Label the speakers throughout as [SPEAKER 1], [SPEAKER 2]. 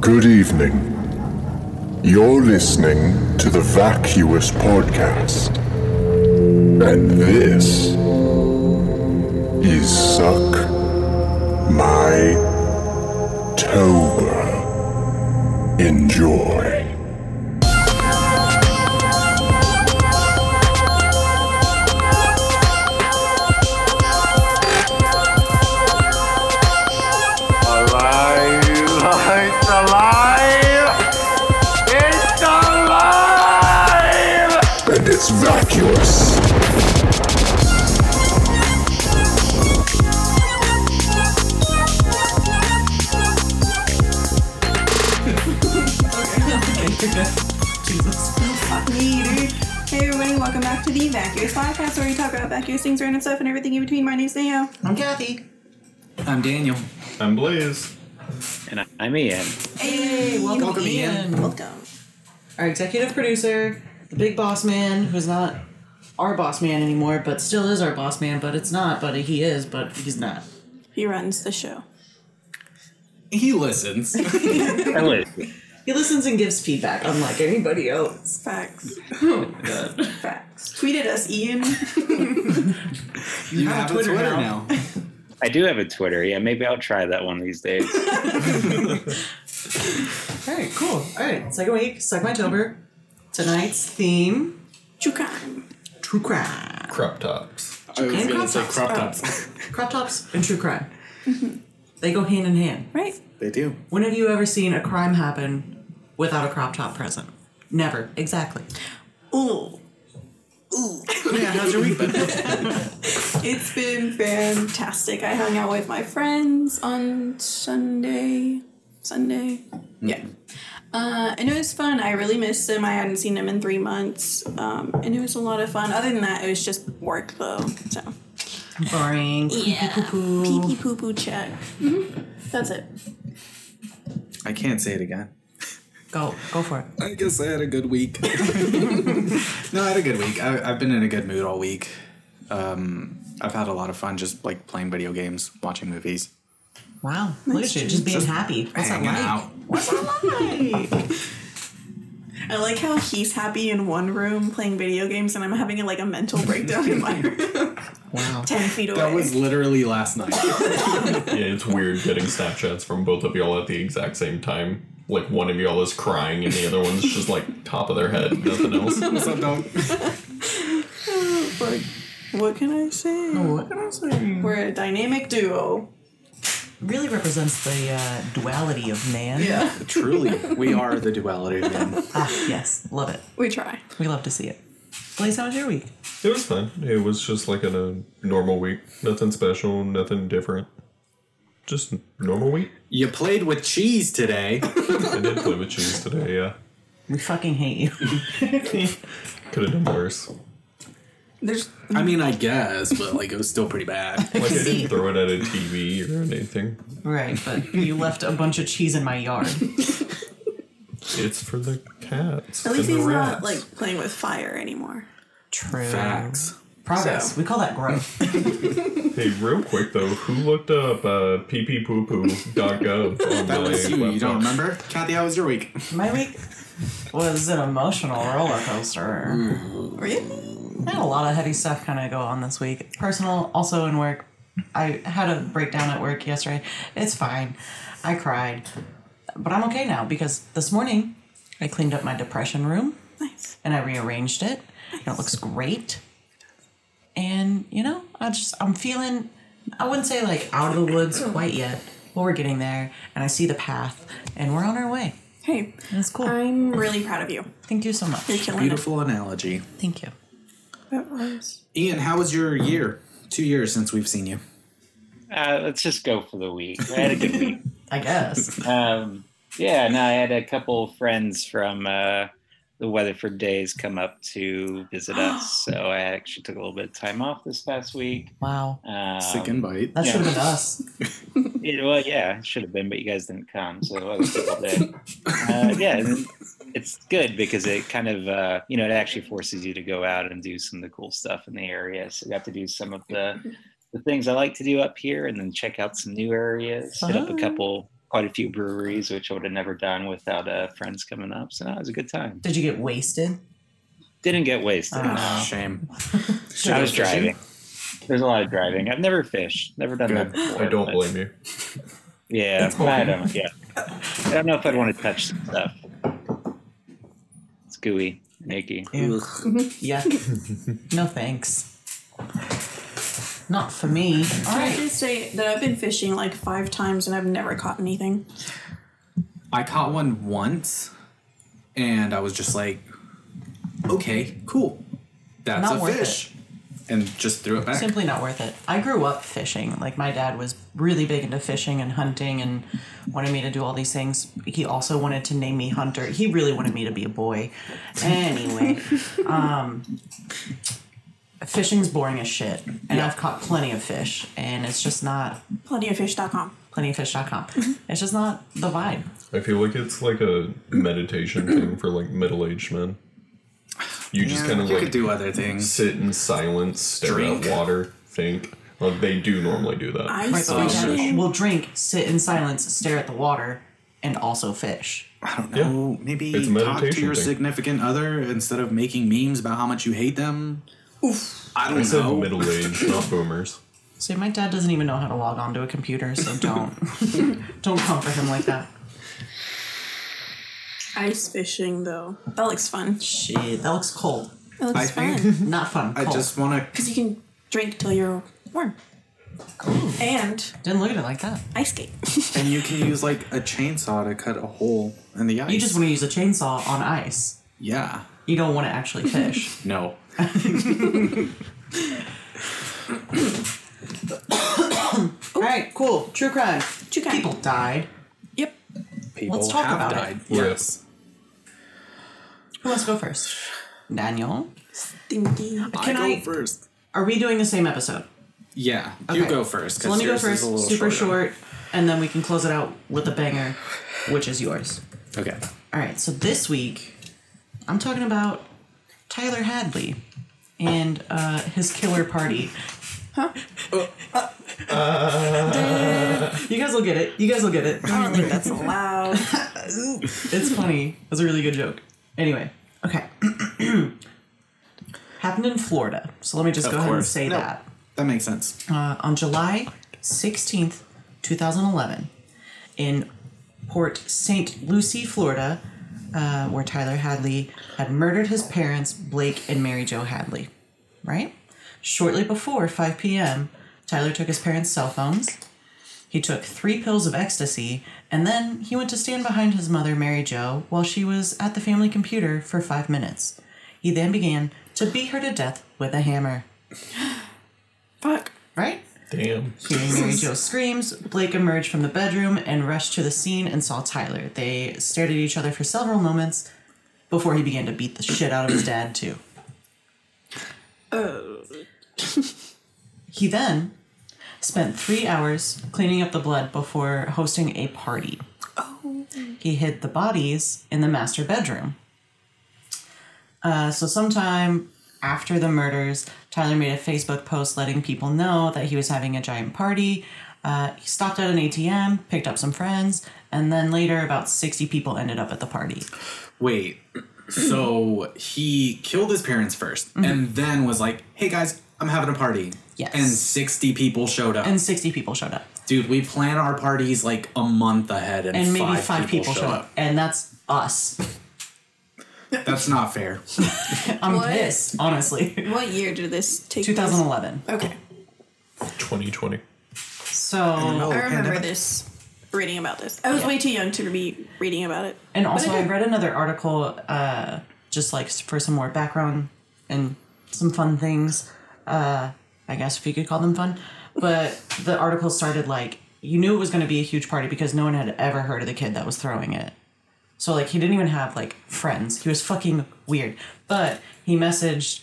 [SPEAKER 1] Good evening. You're listening to the Vacuous Podcast. And this is Suck My Tober. Enjoy.
[SPEAKER 2] Alive! It's alive! It's alive!
[SPEAKER 1] And it's vacuous.
[SPEAKER 3] Me, dude. Hey everybody, welcome back to the Vacuous Podcast where we talk about vacuous things, random stuff, and everything in between. My name's Nao.
[SPEAKER 4] I'm Kathy.
[SPEAKER 5] I'm Daniel.
[SPEAKER 6] I'm Blaze.
[SPEAKER 7] And I'm Ian.
[SPEAKER 4] Hey, welcome, Ian.
[SPEAKER 3] Welcome.
[SPEAKER 4] Our executive producer, the big boss man, who's not our boss man anymore, but still is our boss man, but it's not, but he is, but he's not.
[SPEAKER 3] He runs the show.
[SPEAKER 5] He listens.
[SPEAKER 7] I listen.
[SPEAKER 4] He listens and gives feedback, unlike anybody else.
[SPEAKER 3] Facts. Facts. Tweeted us, Ian.
[SPEAKER 5] You, have, a Twitter, now.
[SPEAKER 7] I do have a Twitter. Yeah, maybe I'll try that one these days.
[SPEAKER 4] All right, cool. All right, second week, Suck My Tober. Tonight's theme
[SPEAKER 3] Chukan.
[SPEAKER 4] true crime.
[SPEAKER 6] Crop tops.
[SPEAKER 5] I was
[SPEAKER 4] And crop tops.
[SPEAKER 5] crop tops.
[SPEAKER 4] Crop tops and true crime. They go hand in hand.
[SPEAKER 3] Right?
[SPEAKER 5] they do.
[SPEAKER 4] When have you ever seen a crime happen without a crop top present? Never. Exactly.
[SPEAKER 3] Ooh.
[SPEAKER 5] Yeah, how's your week been?
[SPEAKER 3] It's been fantastic. I hung out with my friends on Sunday. Sunday. Yeah. Uh, and it was fun. I really missed them. I hadn't seen them in three months. Um, and it was a lot of fun. Other than that, it was just work though. So.
[SPEAKER 4] Boring.
[SPEAKER 3] Yeah. Pee pee poo poo check. hmm That's it.
[SPEAKER 5] I can't say it again.
[SPEAKER 4] Go, go for it.
[SPEAKER 5] I guess I had a good week. no, I had a good week. I, I've been in a good mood all week. Um, I've had a lot of fun just like playing video games, watching movies,
[SPEAKER 4] Wow, look at you, just being happy. What's that
[SPEAKER 5] hanging
[SPEAKER 4] like?
[SPEAKER 5] out.
[SPEAKER 3] I like how he's happy in one room playing video games, and I'm having like a mental breakdown in my room,
[SPEAKER 5] Wow.
[SPEAKER 3] ten feet away.
[SPEAKER 5] That was literally last night.
[SPEAKER 6] Yeah, it's weird getting Snapchats from both of y'all at the exact same time. Like one of y'all is crying and the other one's just like top of their head, nothing else.
[SPEAKER 5] so don't.
[SPEAKER 3] Like, what can I say?
[SPEAKER 4] Mm.
[SPEAKER 3] We're a dynamic duo.
[SPEAKER 4] Really represents the uh, duality of man. Yeah.
[SPEAKER 5] Truly, we are the duality again.
[SPEAKER 4] Ah, yes, love it.
[SPEAKER 3] We try.
[SPEAKER 4] We love to see it. Blaze, how was your week?
[SPEAKER 6] It was fun. It was just like in a normal week. Nothing special, nothing different. Just normal week.
[SPEAKER 5] You played with cheese today.
[SPEAKER 6] I did play with cheese today, yeah.
[SPEAKER 4] We fucking hate you.
[SPEAKER 6] Could have done worse.
[SPEAKER 3] There's
[SPEAKER 5] I mean, I guess, but like it was still pretty bad.
[SPEAKER 6] Like I didn't throw it at a TV or anything.
[SPEAKER 4] right, but you left a bunch of cheese in my yard.
[SPEAKER 6] It's for the cats.
[SPEAKER 3] at least
[SPEAKER 6] and the
[SPEAKER 3] he's not
[SPEAKER 6] rats.
[SPEAKER 3] like playing with fire anymore.
[SPEAKER 4] True.
[SPEAKER 5] Facts.
[SPEAKER 4] Progress.
[SPEAKER 3] So-
[SPEAKER 4] We call that growth.
[SPEAKER 6] Hey, real quick though, who looked up uh, peepeepoopoo.gov on
[SPEAKER 5] That
[SPEAKER 6] my
[SPEAKER 5] was you. You don't
[SPEAKER 6] laptop?
[SPEAKER 5] remember? Kathy, how was your week?
[SPEAKER 4] my week was an emotional roller coaster.
[SPEAKER 3] Really?
[SPEAKER 4] I had a lot of heavy stuff kind of go on this week. Personal, also in work. I had a breakdown at work yesterday. It's fine. I cried. But I'm okay now because this morning I cleaned up my depression room
[SPEAKER 3] Nice.
[SPEAKER 4] and I rearranged it. And it looks great. And, you know, I just, I'm feeling, I wouldn't say like out of the woods quite yet, but we're getting there. And I see the path and we're on our way.
[SPEAKER 3] Hey,
[SPEAKER 4] That's cool.
[SPEAKER 3] I'm really proud of you.
[SPEAKER 4] Thank you so
[SPEAKER 3] You're
[SPEAKER 4] much.
[SPEAKER 3] killing
[SPEAKER 5] Beautiful analogy.
[SPEAKER 4] Thank you.
[SPEAKER 3] it. That was
[SPEAKER 5] Ian, how was your year? Two years since we've seen you.
[SPEAKER 7] Uh, let's just go for the week. I had a good week.
[SPEAKER 4] I guess.
[SPEAKER 7] Um, yeah, no, I had a couple friends from uh, the Weatherford Days come up to visit us. So I actually took a little bit of time off this past week.
[SPEAKER 4] Wow.
[SPEAKER 7] Um,
[SPEAKER 5] Sick invite.
[SPEAKER 4] That
[SPEAKER 7] Yeah.
[SPEAKER 4] should have been us.
[SPEAKER 7] Yeah, well, yeah, it should have been, but you guys didn't come, so it was a cool day. Uh, yeah, and it's good because it kind of, uh, you know, it actually forces you to go out and do some of the cool stuff in the area. So you have to do some of the the things I like to do up here, and then check out some new areas, hit up a
[SPEAKER 4] Fun.
[SPEAKER 7] couple quite a few breweries, which I would have never done without uh, friends coming up. So no, it was a good time.
[SPEAKER 4] Did you get wasted?
[SPEAKER 7] Didn't get wasted.
[SPEAKER 4] Uh, Oh.
[SPEAKER 5] Shame.
[SPEAKER 7] I was driving. There's a lot of driving. I've never fished. Never done that
[SPEAKER 5] Good.
[SPEAKER 7] before.
[SPEAKER 6] I don't
[SPEAKER 7] but-
[SPEAKER 6] blame you.
[SPEAKER 7] Yeah,
[SPEAKER 4] It's
[SPEAKER 7] but I
[SPEAKER 4] boring.
[SPEAKER 7] don't. Yeah, I don't know if I'd want to touch some stuff. It's gooey, and icky.
[SPEAKER 4] Ugh. Yeah. no thanks. Not for me. All
[SPEAKER 3] I
[SPEAKER 4] right.
[SPEAKER 3] should say that I've been fishing like five times and I've never caught anything.
[SPEAKER 5] I caught one once, and I was just like, okay, cool. That's
[SPEAKER 4] Not
[SPEAKER 5] a
[SPEAKER 4] worth
[SPEAKER 5] fish. And just threw it back.
[SPEAKER 4] Simply not worth it. I grew up fishing. Like my dad was really big into fishing and hunting and wanted me to do all these things. He also wanted to name me Hunter. He really wanted me to be a boy. Anyway, um fishing's boring as shit. And I've caught plenty of fish and it's just not
[SPEAKER 3] Plentyoffish.com.
[SPEAKER 4] plentyoffish.com. It's just not the vibe.
[SPEAKER 6] I feel like it's like a meditation thing for like middle aged men. You just
[SPEAKER 5] Yeah,
[SPEAKER 6] kind of
[SPEAKER 5] you
[SPEAKER 6] like
[SPEAKER 5] could do other things.
[SPEAKER 6] sit in silence, stare
[SPEAKER 5] Drink.
[SPEAKER 6] at water, think. Like they do normally do that.
[SPEAKER 3] I
[SPEAKER 4] Right, but my
[SPEAKER 3] switched
[SPEAKER 4] dad
[SPEAKER 3] in-
[SPEAKER 4] will drink, sit in silence, stare at the water, and also fish.
[SPEAKER 5] I don't
[SPEAKER 6] Yeah.
[SPEAKER 5] know. Maybe
[SPEAKER 6] It's a
[SPEAKER 5] talk to
[SPEAKER 6] meditation
[SPEAKER 5] your
[SPEAKER 6] thing.
[SPEAKER 5] significant other instead of making memes about how much you hate them. Oof. I
[SPEAKER 6] I
[SPEAKER 5] don't
[SPEAKER 6] said
[SPEAKER 5] know.
[SPEAKER 6] middle aged, not boomers.
[SPEAKER 4] See, my dad doesn't even know how to log onto a computer, so don't don't comfort him like that.
[SPEAKER 3] ice fishing though. That looks fun.
[SPEAKER 4] Shit, that looks cold.
[SPEAKER 3] That looks
[SPEAKER 5] I
[SPEAKER 3] Oh, fun.
[SPEAKER 5] think-
[SPEAKER 4] Not fun.
[SPEAKER 5] I
[SPEAKER 4] cold.
[SPEAKER 5] just want to.
[SPEAKER 3] Because you can drink till you're warm. And
[SPEAKER 4] didn't look at it like that.
[SPEAKER 3] ice skate.
[SPEAKER 5] And you can use like a chainsaw to cut a hole in the ice.
[SPEAKER 4] You just want to use a chainsaw on ice.
[SPEAKER 5] Yeah.
[SPEAKER 4] You don't want to actually fish.
[SPEAKER 5] No.
[SPEAKER 4] All right, cool. True crime.
[SPEAKER 3] True crime.
[SPEAKER 4] People died.
[SPEAKER 3] yep.
[SPEAKER 5] People
[SPEAKER 4] Let's talk
[SPEAKER 5] have
[SPEAKER 4] about it.
[SPEAKER 5] died.
[SPEAKER 6] Yes.
[SPEAKER 4] Who wants to go first? Daniel.
[SPEAKER 3] Stinky.
[SPEAKER 4] Can
[SPEAKER 5] I go
[SPEAKER 4] I-
[SPEAKER 5] first?
[SPEAKER 4] Are we doing the same episode?
[SPEAKER 5] Yeah. You
[SPEAKER 4] Okay.
[SPEAKER 5] go
[SPEAKER 4] So
[SPEAKER 5] first. 'cause
[SPEAKER 4] let me go
[SPEAKER 5] yours is
[SPEAKER 4] first.
[SPEAKER 5] a little
[SPEAKER 4] Super
[SPEAKER 5] shorter.
[SPEAKER 4] short, and then we can close it out with a banger, which is yours.
[SPEAKER 5] Okay.
[SPEAKER 4] All right, so this week I'm talking about Tyler Hadley and uh, his killer party. you guys will get it. You guys will get it.
[SPEAKER 3] Uh, I don't think that's allowed.
[SPEAKER 4] It's funny. It's a really good joke. Anyway, okay. Happened in Florida, so let me just
[SPEAKER 5] Of
[SPEAKER 4] go ahead and
[SPEAKER 5] course.
[SPEAKER 4] say
[SPEAKER 5] No.
[SPEAKER 4] that.
[SPEAKER 5] That makes sense.
[SPEAKER 4] Uh, on July 16th, 2011, in Port St. Lucie, Florida, uh, where Tyler Hadley had murdered his parents, Blake and Mary Jo Hadley, right? Shortly before 5 p.m., Tyler took his parents' cell phones. He took three pills of ecstasy, and then he went to stand behind his mother, Mary Jo, while she was at the family computer for five minutes. He then began to beat her to death with a hammer,
[SPEAKER 3] Fuck.
[SPEAKER 4] right?
[SPEAKER 6] Damn.
[SPEAKER 4] Hearing Mary Jo screams, Blake emerged from the bedroom and rushed to the scene and saw Tyler. They stared at each other for several moments before he began to beat the shit out of his dad, too. he then spent three hours cleaning up the blood before hosting a party. He hid the bodies in the master bedroom. Uh, so sometime after the murders, Tyler made a Facebook post letting people know that he was having a giant party. Uh, he stopped at an ATM, picked up some friends, and then later about 60 people ended up at the party.
[SPEAKER 5] Wait. So he killed his parents 1st and then was like, "Hey guys, I'm having a party."
[SPEAKER 4] Mm-hmm. Yes.
[SPEAKER 5] And sixty people showed up.
[SPEAKER 4] And 60 people showed up.
[SPEAKER 5] Dude, we plan our parties like a month ahead, and,
[SPEAKER 4] And maybe five, people, showed up. And that's us.
[SPEAKER 5] That's not fair.
[SPEAKER 4] I'm
[SPEAKER 3] What?
[SPEAKER 4] pissed, honestly.
[SPEAKER 3] What year did this take?
[SPEAKER 4] 2011.
[SPEAKER 3] place? Okay.
[SPEAKER 6] 2020.
[SPEAKER 4] So,
[SPEAKER 5] middle- Oh,
[SPEAKER 3] I remember
[SPEAKER 5] pandemic.
[SPEAKER 3] this. Reading about this. I was way too young to be reading about it.
[SPEAKER 4] and also
[SPEAKER 3] But I
[SPEAKER 4] I
[SPEAKER 3] did-
[SPEAKER 4] read another article uh, just like for some more background and some fun things. Uh, I guess if you could call them fun. But the article started like you knew it was going to be a huge party because no one had ever heard of the kid that was throwing it. So like he didn't even have like friends. He was fucking weird. But he messaged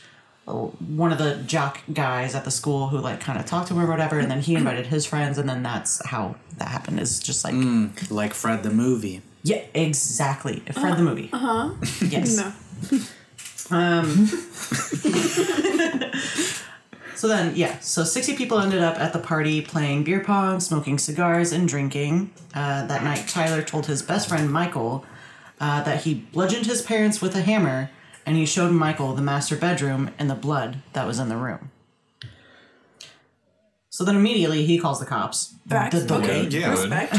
[SPEAKER 4] uh, one of the jock guys at the school who like kind of talked to him or whatever, and then he invited his friends, and then that's how that happened. It's just like
[SPEAKER 5] like Fred the movie.
[SPEAKER 4] yeah, exactly. Fred the movie. Uh
[SPEAKER 3] Uh-huh.
[SPEAKER 4] huh. Yes.
[SPEAKER 3] No.
[SPEAKER 4] So So then, yeah, so 60 people ended up at the party playing beer pong, smoking cigars, and drinking. Uh, that night, Tyler told his best friend Michael uh, that he bludgeoned his parents with a hammer and he showed Michael the master bedroom and the blood that was in the room. So then immediately he calls the cops.
[SPEAKER 3] Facts.
[SPEAKER 4] The- the-
[SPEAKER 3] Okay.
[SPEAKER 5] yeah.
[SPEAKER 3] Respect.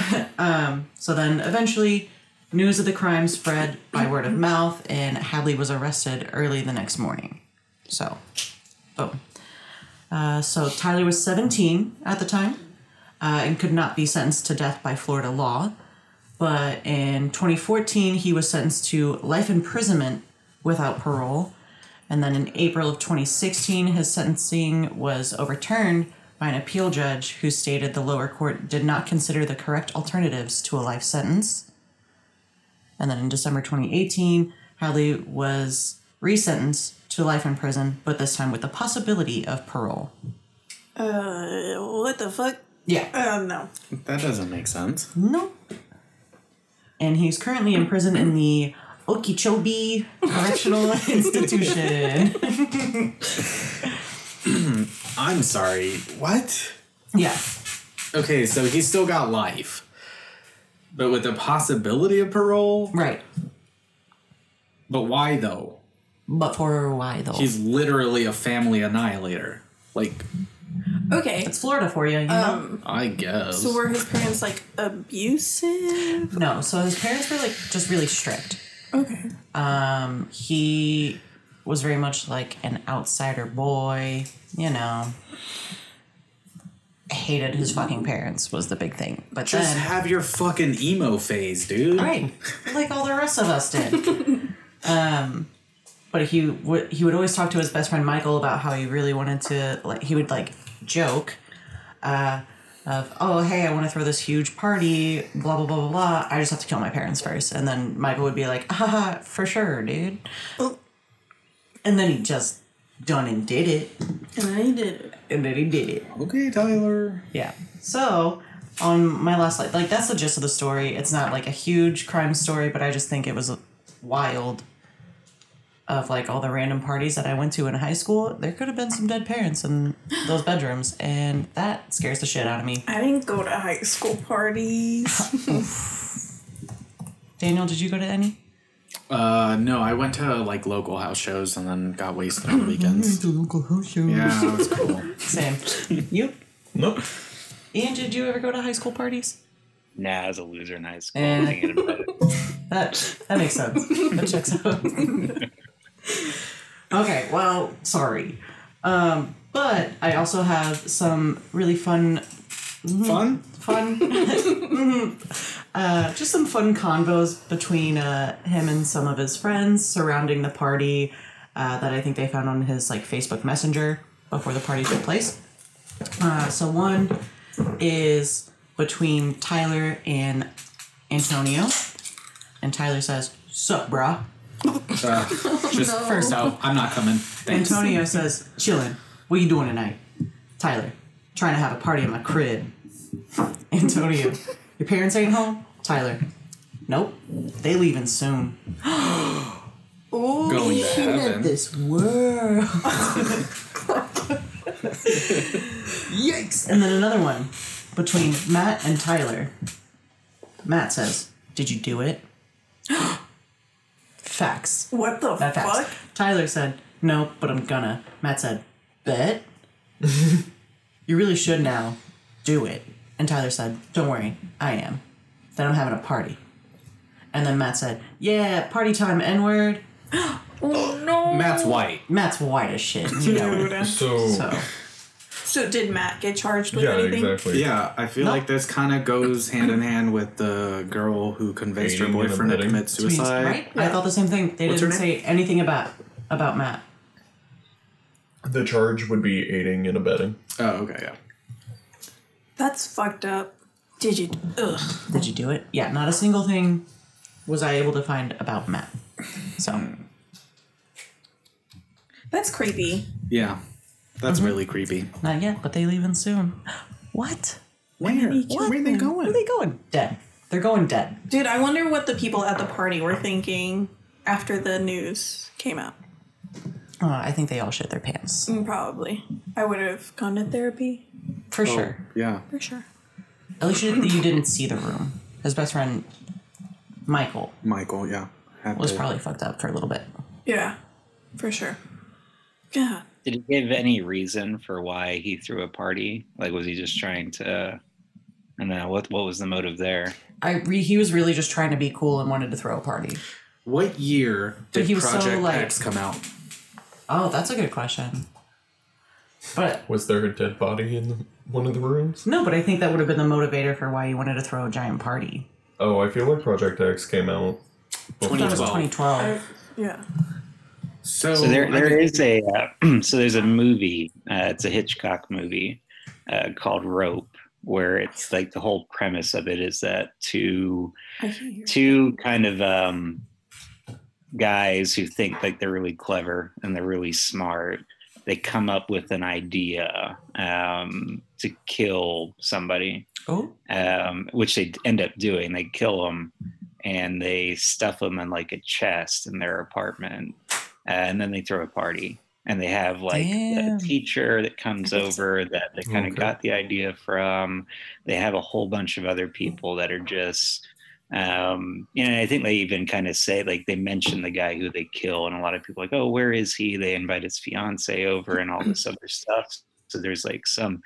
[SPEAKER 4] So then eventually, news of the crime spread by word of mouth, and Hadley was arrested early the next morning. So, boom. Uh, so Tyler was 17 at the time uh, and could not be sentenced to death by Florida law. But in 2014, he was sentenced to life imprisonment without parole. And then in April of 2016, his sentencing was overturned by an appeal judge who stated the lower court did not consider the correct alternatives to a life sentence. And then in December 2018, Hadley was resentenced to life in prison, but this time with the possibility of parole.
[SPEAKER 3] Uh, what the fuck?
[SPEAKER 4] Yeah.
[SPEAKER 3] Oh no.
[SPEAKER 5] That doesn't make sense.
[SPEAKER 4] No. And he's currently in prison in the Okeechobee Correctional Institution.
[SPEAKER 5] I'm sorry. What?
[SPEAKER 4] Yeah.
[SPEAKER 5] Okay, so he still got life, but with the possibility of parole.
[SPEAKER 4] Right.
[SPEAKER 5] But why though?
[SPEAKER 4] But for why though?
[SPEAKER 5] He's literally a family annihilator. Like,
[SPEAKER 3] Okay.
[SPEAKER 4] It's Florida for you, you know?
[SPEAKER 5] I guess.
[SPEAKER 3] So were his parents like abusive?
[SPEAKER 4] No, so his parents were like just really strict.
[SPEAKER 3] Okay.
[SPEAKER 4] Um, he was very much like an outsider boy, you know. Hated his fucking parents was the big thing. But
[SPEAKER 5] Just
[SPEAKER 4] then
[SPEAKER 5] have your fucking emo phase, dude.
[SPEAKER 4] right, like all the rest of us did. um, but he would he would always talk to his best friend Michael about how he really wanted to like he would like joke, uh, of oh hey I want to throw this huge party blah blah blah blah blah I just have to kill my parents first and then Michael would be like haha for sure dude, and then he just done and did it
[SPEAKER 3] And I did it.
[SPEAKER 4] and then he did it.
[SPEAKER 5] Okay, Tyler.
[SPEAKER 4] Yeah. So on my last slide, like that's the gist of the story. It's not like a huge crime story, but I just think it was wild. Of like all the random parties that I went to in high school, there could have been some dead parents in those bedrooms, and that scares the shit out of me.
[SPEAKER 3] I didn't go to high school parties.
[SPEAKER 4] Daniel, did you go to any?
[SPEAKER 5] Uh, no, I went to like local house shows and then got wasted on the weekends. yeah, that was cool.
[SPEAKER 4] Same. you?
[SPEAKER 6] Nope.
[SPEAKER 4] Ian, did you ever go to high school parties?
[SPEAKER 7] Nah, I was a loser in high school.
[SPEAKER 4] Eh.
[SPEAKER 7] Thinking about it.
[SPEAKER 4] That that makes sense. That checks out. okay, well, sorry. Um, but I also have some really fun,
[SPEAKER 5] Fun?
[SPEAKER 4] fun, Mhm. uh, just some fun convos between uh, him and some of his friends surrounding the party uh, that I think they found on his like Facebook Messenger before the party took place. Uh, so one is between Tyler and Antonio, and Tyler says, "Sup, bruh."
[SPEAKER 5] Uh, just
[SPEAKER 4] First off,
[SPEAKER 5] no, I'm not coming. Thanks.
[SPEAKER 4] Antonio says, chillin'. What you doing tonight? Tyler, trying to have a party at my crib. Antonio, your parents ain't home? Tyler, nope. They leaving soon.
[SPEAKER 5] Going to heaven.
[SPEAKER 4] This world. Yikes. And then another one between Matt and Tyler. Matt says, Did you do it? Facts.
[SPEAKER 3] what the
[SPEAKER 4] Not facts.
[SPEAKER 3] fuck?
[SPEAKER 4] Tyler said, no, but I'm gonna. Matt said, bet? you really should now. Do it. And Tyler said, don't worry, I am. Then I'm having a party. And then Matt said, yeah, party time, N word.
[SPEAKER 3] Oh no.
[SPEAKER 5] Matt's white.
[SPEAKER 4] Matt's white as shit. You know it.
[SPEAKER 6] So,
[SPEAKER 4] So,
[SPEAKER 3] So did Matt get charged with
[SPEAKER 6] yeah,
[SPEAKER 3] anything?
[SPEAKER 6] exactly.
[SPEAKER 5] Yeah, I feel like this kind of goes hand in hand with the girl who convinced her
[SPEAKER 6] Aiding and
[SPEAKER 5] boyfriend to
[SPEAKER 6] abetting.
[SPEAKER 5] commit suicide.
[SPEAKER 4] right? I thought the same thing. They
[SPEAKER 5] What's her
[SPEAKER 4] didn't say anything about about Matt.
[SPEAKER 6] The charge would be aiding and abetting.
[SPEAKER 5] Oh, okay, yeah.
[SPEAKER 3] That's fucked up. Did you? Ugh.
[SPEAKER 4] Did you do it? Yeah, not a single thing was I able to find about Matt. So,
[SPEAKER 3] That's creepy.
[SPEAKER 5] Yeah, that's really creepy.
[SPEAKER 4] not yet, but they leaving soon. What?
[SPEAKER 5] Where? Where are they
[SPEAKER 4] Where
[SPEAKER 5] going?
[SPEAKER 4] are they going? Dead. They're going dead.
[SPEAKER 3] Dude, I wonder what the people at the party were thinking after the news came out.
[SPEAKER 4] Uh, I think they all shit their pants.
[SPEAKER 3] Mm, Probably. I would have gone to therapy
[SPEAKER 4] for sure.
[SPEAKER 5] Yeah.
[SPEAKER 3] for sure.
[SPEAKER 4] At least you, you didn't see the room. His best friend, Michael,
[SPEAKER 5] Michael, yeah. Had
[SPEAKER 4] was
[SPEAKER 5] the-
[SPEAKER 4] probably fucked up for a little bit.
[SPEAKER 3] Yeah, for sure. Yeah.
[SPEAKER 7] Did he give any reason for why he threw a party? Like, was he just trying to? I don't know what what was the motive there.
[SPEAKER 4] I re- he was really just trying to be cool and wanted to throw a party.
[SPEAKER 5] What year
[SPEAKER 4] But
[SPEAKER 5] did
[SPEAKER 4] he was so,
[SPEAKER 5] Project
[SPEAKER 4] like-
[SPEAKER 5] X come out?
[SPEAKER 4] Oh, that's a good question. But
[SPEAKER 6] Was there a dead body in the, one of the rooms?
[SPEAKER 4] no, but I think that would have been the motivator for why he wanted to throw a giant party.
[SPEAKER 6] Oh, I feel like Project X came out.
[SPEAKER 4] I thought it was 2012.
[SPEAKER 3] Yeah.
[SPEAKER 5] So,
[SPEAKER 7] So there,
[SPEAKER 5] I
[SPEAKER 7] there
[SPEAKER 5] mean,
[SPEAKER 7] is a uh, so there's a movie. Uh, it's a Hitchcock movie uh, called Rope, where it's like the whole premise of it is that two
[SPEAKER 3] I can't hear.
[SPEAKER 7] two kind of um, guys who think like they're really clever and they're really smart. They come up with an idea um, to kill somebody,
[SPEAKER 4] Oh,
[SPEAKER 7] um, which they end up doing. They kill him and they stuff him in like a chest in their apartment. uh, and then they throw a party. And they have like
[SPEAKER 4] Damn.
[SPEAKER 7] a teacher that comes over that they kind of
[SPEAKER 6] Okay.
[SPEAKER 7] got the idea from. They have a whole bunch of other people that are just, um, you know, I think they even kind of say, like, they mention the guy who they kill, and a lot of people are like, oh, where is he? They invite his fiance over and all this other stuff. So there's like some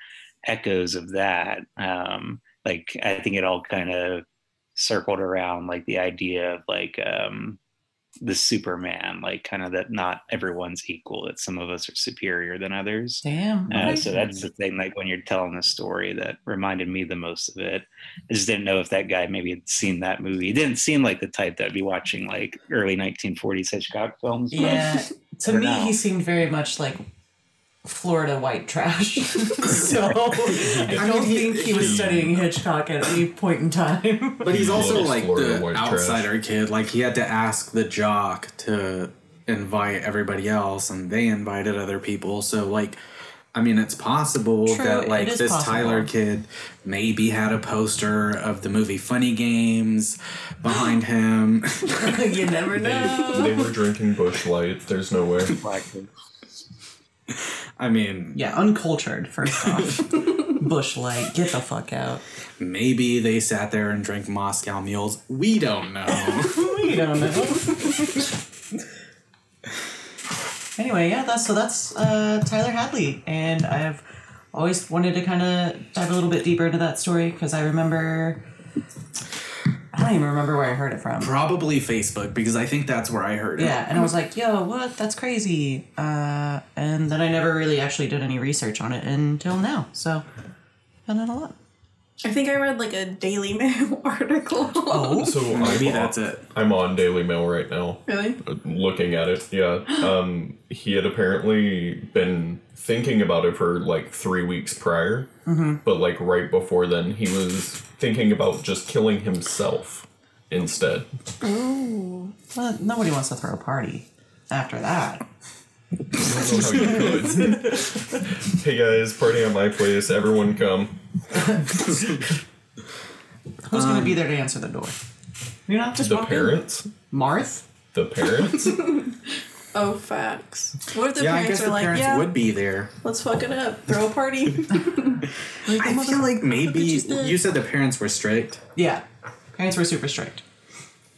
[SPEAKER 7] echoes of that. Um, like I think it all kind of circled around like the idea of like um the Superman, like kind of that not everyone's equal, that some of us are superior than others.
[SPEAKER 4] damn.
[SPEAKER 7] Uh,
[SPEAKER 4] Okay.
[SPEAKER 7] so that's the thing, like when you're telling the story that reminded me the most of it. I just didn't know if that guy maybe had seen that movie. He didn't seem like the type that'd be watching like early 1940s Hitchcock films. but-
[SPEAKER 4] Yeah, to
[SPEAKER 7] For
[SPEAKER 4] me,
[SPEAKER 7] now.
[SPEAKER 4] he seemed very much like Florida white trash. so I don't think he was studying Hitchcock at any point in time.
[SPEAKER 5] But he's
[SPEAKER 6] He
[SPEAKER 5] also
[SPEAKER 6] loves
[SPEAKER 5] like
[SPEAKER 6] Florida
[SPEAKER 5] the
[SPEAKER 6] white trash.
[SPEAKER 5] outsider kid. Like he had to ask the jock to invite everybody else, and they invited other people. So like, I mean, it's possible
[SPEAKER 4] True,
[SPEAKER 5] that
[SPEAKER 4] it
[SPEAKER 5] like
[SPEAKER 4] is
[SPEAKER 5] this
[SPEAKER 4] possible.
[SPEAKER 5] Tyler kid maybe had a poster of the movie Funny Games behind him.
[SPEAKER 4] you never know.
[SPEAKER 6] They were drinking bush light. There's no way.
[SPEAKER 5] I mean,
[SPEAKER 4] Yeah, uncultured, first off. Bush light, get the fuck out.
[SPEAKER 5] maybe they sat there and drank Moscow mules. We don't know.
[SPEAKER 4] We don't know. anyway, yeah, that's so that's uh, Tyler Hadley, and I've always wanted to kind of dive a little bit deeper into that story because I remember. I don't even remember where I heard it from.
[SPEAKER 5] Probably Facebook because I think that's where I heard it.
[SPEAKER 4] Yeah, and I was like, yo, what? That's crazy. Uh, and then I never really actually did any research on it until now. So, found out a lot.
[SPEAKER 3] I think I read like a Daily Mail article.
[SPEAKER 4] Oh,
[SPEAKER 6] So
[SPEAKER 5] Maybe
[SPEAKER 6] I'm
[SPEAKER 5] that's
[SPEAKER 6] on,
[SPEAKER 5] it.
[SPEAKER 6] I'm on Daily Mail right now.
[SPEAKER 3] really?
[SPEAKER 6] looking at it yeah um he had apparently been thinking about it for like three weeks prior but like right before then he was thinking about just killing himself instead
[SPEAKER 4] well, nobody wants to throw a party after that.
[SPEAKER 6] hey guys party at my place everyone come
[SPEAKER 4] Who's going to
[SPEAKER 5] Um,
[SPEAKER 4] be there to answer the door? You're not just
[SPEAKER 6] the
[SPEAKER 4] walking-
[SPEAKER 6] parents
[SPEAKER 4] Marth?
[SPEAKER 6] the parents
[SPEAKER 3] Oh, facts. What if the
[SPEAKER 5] Yeah, I guess
[SPEAKER 3] parents are
[SPEAKER 5] the
[SPEAKER 3] like,
[SPEAKER 5] parents
[SPEAKER 3] yeah,
[SPEAKER 5] would be there.
[SPEAKER 3] let's fuck it up, throw a party?
[SPEAKER 5] I feel like maybe
[SPEAKER 3] just did.
[SPEAKER 5] you said the parents were strict
[SPEAKER 4] Yeah. Parents were super strict.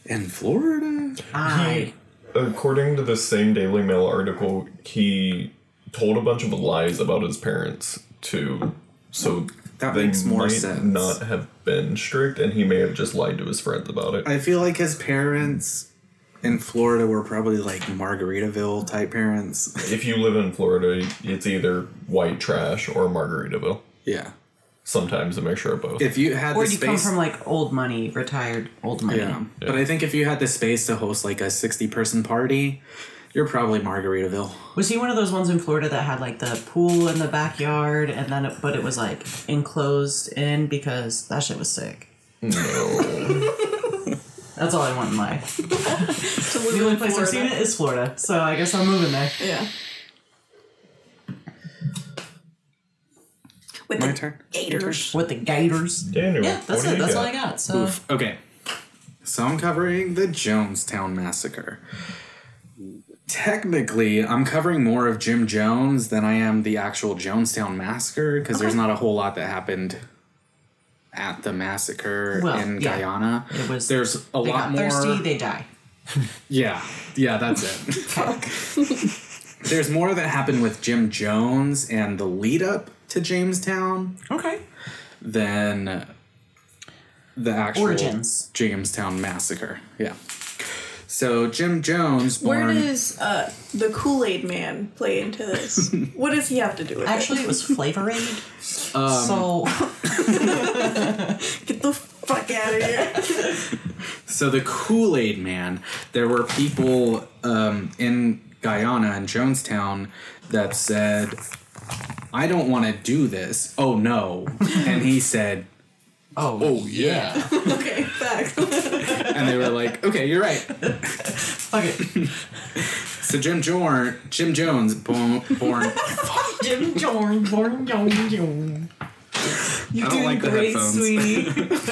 [SPEAKER 5] in Florida.
[SPEAKER 4] I.
[SPEAKER 6] according to the same daily mail article he told a bunch of lies about his parents too so
[SPEAKER 5] That
[SPEAKER 6] they
[SPEAKER 5] makes more
[SPEAKER 6] might
[SPEAKER 5] sense.
[SPEAKER 6] not have been strict and he may have just lied to his friends about it
[SPEAKER 5] I feel like his parents in Florida were probably like Margaritaville type parents.
[SPEAKER 6] if you live in Florida, it's either white trash or Margaritaville.
[SPEAKER 5] yeah. Sometimes
[SPEAKER 6] Sometimes a mixture of both.
[SPEAKER 5] If you had
[SPEAKER 4] Or
[SPEAKER 5] the
[SPEAKER 4] you come
[SPEAKER 5] space,
[SPEAKER 4] from like old money, retired old money.
[SPEAKER 5] yeah. But I think if you had the space to host like a sixty-person party, you're probably Margaritaville.
[SPEAKER 4] Was he one of those ones in Florida that had like the pool in the backyard and then, it, but it was like enclosed in because that shit was sick.
[SPEAKER 6] no.
[SPEAKER 4] That's all I want in life.
[SPEAKER 3] So
[SPEAKER 4] The only place I've seen it is Florida, so I guess I'm moving there.
[SPEAKER 3] Yeah. With
[SPEAKER 5] My
[SPEAKER 3] the
[SPEAKER 5] turn.
[SPEAKER 3] gators.
[SPEAKER 4] With the Gators.
[SPEAKER 6] Anyway,
[SPEAKER 4] Yeah, that's
[SPEAKER 6] what do
[SPEAKER 4] it.
[SPEAKER 6] you
[SPEAKER 4] That's
[SPEAKER 6] got?
[SPEAKER 4] all I got. So
[SPEAKER 5] Okay. So I'm covering the Jonestown massacre. Technically, I'm covering more of Jim Jones than I am the actual Jonestown massacre because there's not a whole lot that happened at the massacre
[SPEAKER 4] Well,
[SPEAKER 5] in
[SPEAKER 4] yeah.
[SPEAKER 5] Guyana.
[SPEAKER 4] It was-
[SPEAKER 5] there's a
[SPEAKER 4] They
[SPEAKER 5] lot
[SPEAKER 4] got
[SPEAKER 5] more.
[SPEAKER 4] thirsty, they die.
[SPEAKER 5] Yeah, yeah, that's it. There's more that happened with Jim Jones and the lead up to Jamestown
[SPEAKER 4] Okay.
[SPEAKER 5] than the actual
[SPEAKER 4] Origins.
[SPEAKER 5] Jamestown massacre. Yeah. So Jim Jones
[SPEAKER 3] Where
[SPEAKER 5] born
[SPEAKER 3] does uh, the Kool Aid Man play into this? what does he have to do with
[SPEAKER 4] Actually, it was Flavor Aid.
[SPEAKER 5] Um,
[SPEAKER 4] so
[SPEAKER 3] it? Get the fuck out of here.
[SPEAKER 5] So the Kool Aid Man. There were people um, in Guyana and Jonestown that said, "I don't want to do this." Oh no! and he said,
[SPEAKER 4] oh,
[SPEAKER 5] "Oh yeah."
[SPEAKER 3] okay, back.
[SPEAKER 5] and they were like, "Okay, you're right."
[SPEAKER 4] fuck it.
[SPEAKER 5] So Jim Jor- Jim Jones born. born
[SPEAKER 4] Jim Jorn, Jorn, Jorn, Jorn. You're
[SPEAKER 5] I don't
[SPEAKER 4] doing
[SPEAKER 5] like the
[SPEAKER 4] great,
[SPEAKER 5] headphones.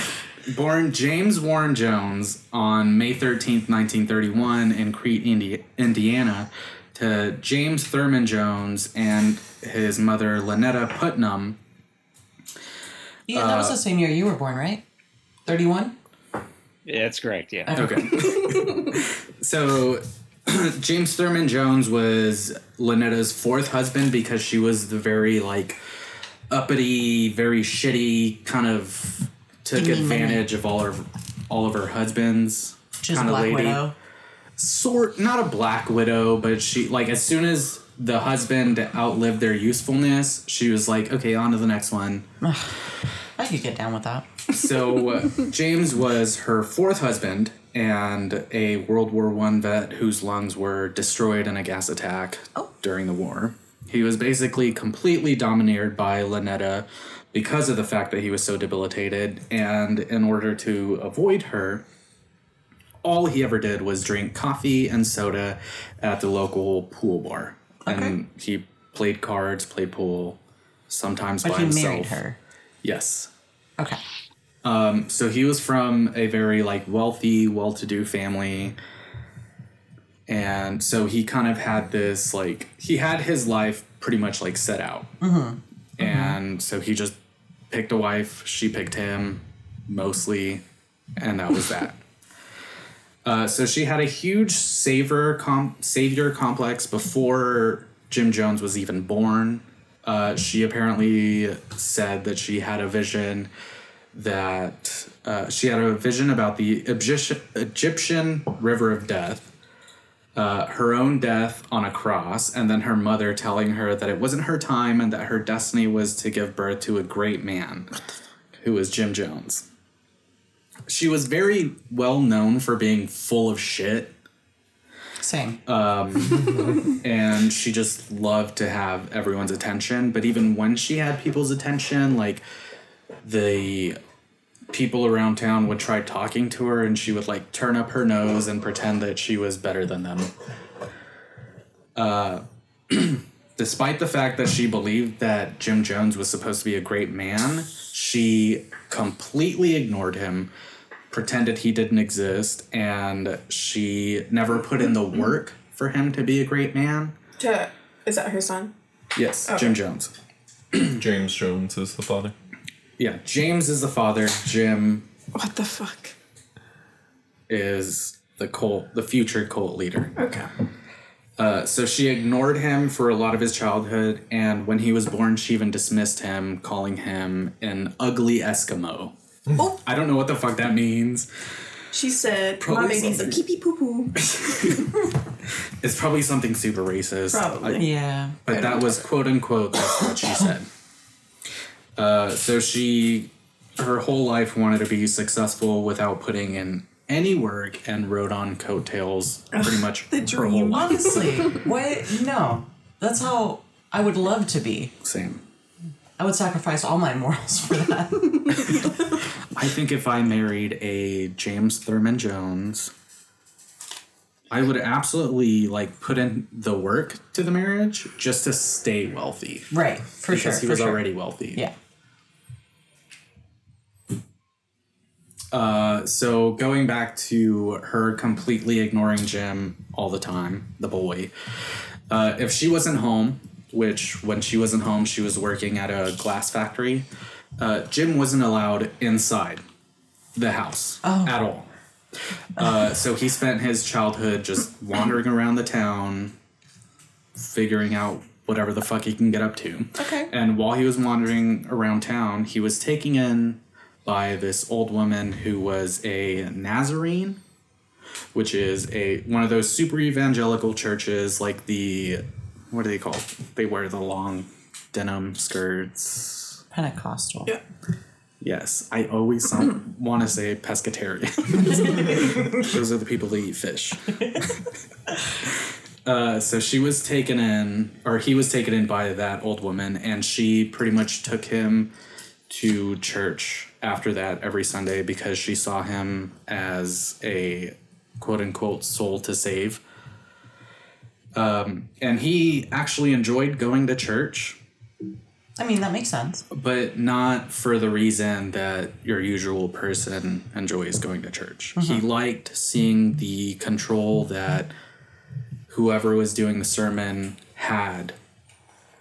[SPEAKER 4] sweetie.
[SPEAKER 5] Born James Warren Jones on May 13th, 1931, in Crete, Indi- Indiana, to James Thurman Jones and his mother, Lynetta Putnam.
[SPEAKER 4] Ian, that was
[SPEAKER 5] Uh,
[SPEAKER 4] the same year you were born, right? Thirty-one.
[SPEAKER 7] Yeah, that's correct. Yeah.
[SPEAKER 5] Okay. so, James Thurman Jones was Lynetta's fourth husband because she was the very, like, uppity, very shitty, kind of took
[SPEAKER 4] Give me money.
[SPEAKER 5] advantage of all her, all of her husbands.
[SPEAKER 4] She's a
[SPEAKER 5] kinda
[SPEAKER 4] Black Widow.
[SPEAKER 5] sort not a black widow, but she like as soon as the husband outlived their usefulness, she was like, okay, on to the next one.
[SPEAKER 4] I could get down with that.
[SPEAKER 5] So uh, James was her fourth husband and a World War One vet whose lungs were destroyed in a gas attack during the war. He was basically completely domineered by Lynetta because of the fact that he was so debilitated, and in order to avoid her, all he ever did was drink coffee and soda at the local pool bar. And he played cards, played pool, sometimes
[SPEAKER 4] But
[SPEAKER 5] by
[SPEAKER 4] he
[SPEAKER 5] himself.
[SPEAKER 4] married her.
[SPEAKER 5] Yes.
[SPEAKER 4] Okay.
[SPEAKER 5] So he was from a very like wealthy, well-to-do family. And so he kind of had this like he had his life pretty much like set out. And so he just picked a wife, she picked him mostly, and that was that. Uh, so she had a huge savior com- savior complex before Jim Jones was even born. Uh, she apparently said that she had a vision that uh, she had a vision about the Egyptian, Egyptian river of death, uh, her own death on a cross, and then her mother telling her that it wasn't her time and that her destiny was to give birth to a great man, who was Jim Jones. She was very well known for being full of shit,
[SPEAKER 4] Same.
[SPEAKER 5] Uh, and she just loved to have everyone's attention. But even when she had people's attention, like the people around town would try talking to her, and she would like turn up her nose and pretend that she was better than them. Uh, despite the fact that she believed that Jim Jones was supposed to be a great man, she completely ignored him. Pretended he didn't exist, and she never put in the
[SPEAKER 3] Mm-hmm.
[SPEAKER 5] work for him to be a great man.
[SPEAKER 3] To- Is that her son?
[SPEAKER 5] Yes,
[SPEAKER 3] Oh.
[SPEAKER 5] Jim Jones.
[SPEAKER 6] James Jones is the father.
[SPEAKER 5] Yeah, James is the father. Jim
[SPEAKER 3] What the fuck?
[SPEAKER 5] is the cult, the future cult leader.
[SPEAKER 3] Okay.
[SPEAKER 5] Uh, so she ignored him for a lot of his childhood, and when he was born, she even dismissed him, calling him an ugly Eskimo.
[SPEAKER 3] Oh.
[SPEAKER 5] I don't know what the fuck that means.
[SPEAKER 3] She said,
[SPEAKER 5] Probably
[SPEAKER 3] my baby's a
[SPEAKER 5] something.
[SPEAKER 3] pee pee poo poo.
[SPEAKER 5] It's probably something super racist.
[SPEAKER 3] Probably.
[SPEAKER 4] yeah.
[SPEAKER 5] But that was quote unquote that's what she said. Uh, so she, her whole life wanted to be successful without putting in any work and rode on coattails pretty much the her whole
[SPEAKER 3] dream.
[SPEAKER 5] life.
[SPEAKER 4] Honestly, what? No. That's how I would love to be.
[SPEAKER 5] Same.
[SPEAKER 4] I would sacrifice all my morals for that.
[SPEAKER 5] I think if I married a James Thurman Jones, I would absolutely like put in the work to the marriage just to stay wealthy.
[SPEAKER 4] right. For sure.
[SPEAKER 5] because he
[SPEAKER 4] for
[SPEAKER 5] was
[SPEAKER 4] sure.
[SPEAKER 5] already wealthy.
[SPEAKER 4] Yeah.
[SPEAKER 5] Uh, so going back to her completely ignoring Jim all the time, the boy. Uh, if she wasn't home, which when she wasn't home, she was working at a glass factory. Uh, Jim wasn't allowed inside the house at all. Uh, so he spent his childhood just wandering around the town, figuring out whatever the fuck he can get up to.
[SPEAKER 4] Okay.
[SPEAKER 5] And while he was wandering around town, he was taken in by this old woman who was a Nazarene, which is a one of those super evangelical churches, like the what are they called? They wear the long denim skirts.
[SPEAKER 4] Pentecostal.
[SPEAKER 3] Yeah.
[SPEAKER 5] Yes, I always want to say pescatarian. Those are the people that eat fish. uh, so she was taken in, or he was taken in by that old woman, and she pretty much took him to church after that every Sunday because she saw him as a quote unquote soul to save. Um, and he actually enjoyed going to church
[SPEAKER 4] I mean, that makes sense.
[SPEAKER 5] but not for the reason that your usual person enjoys going to church. He liked seeing the control that whoever was doing the sermon had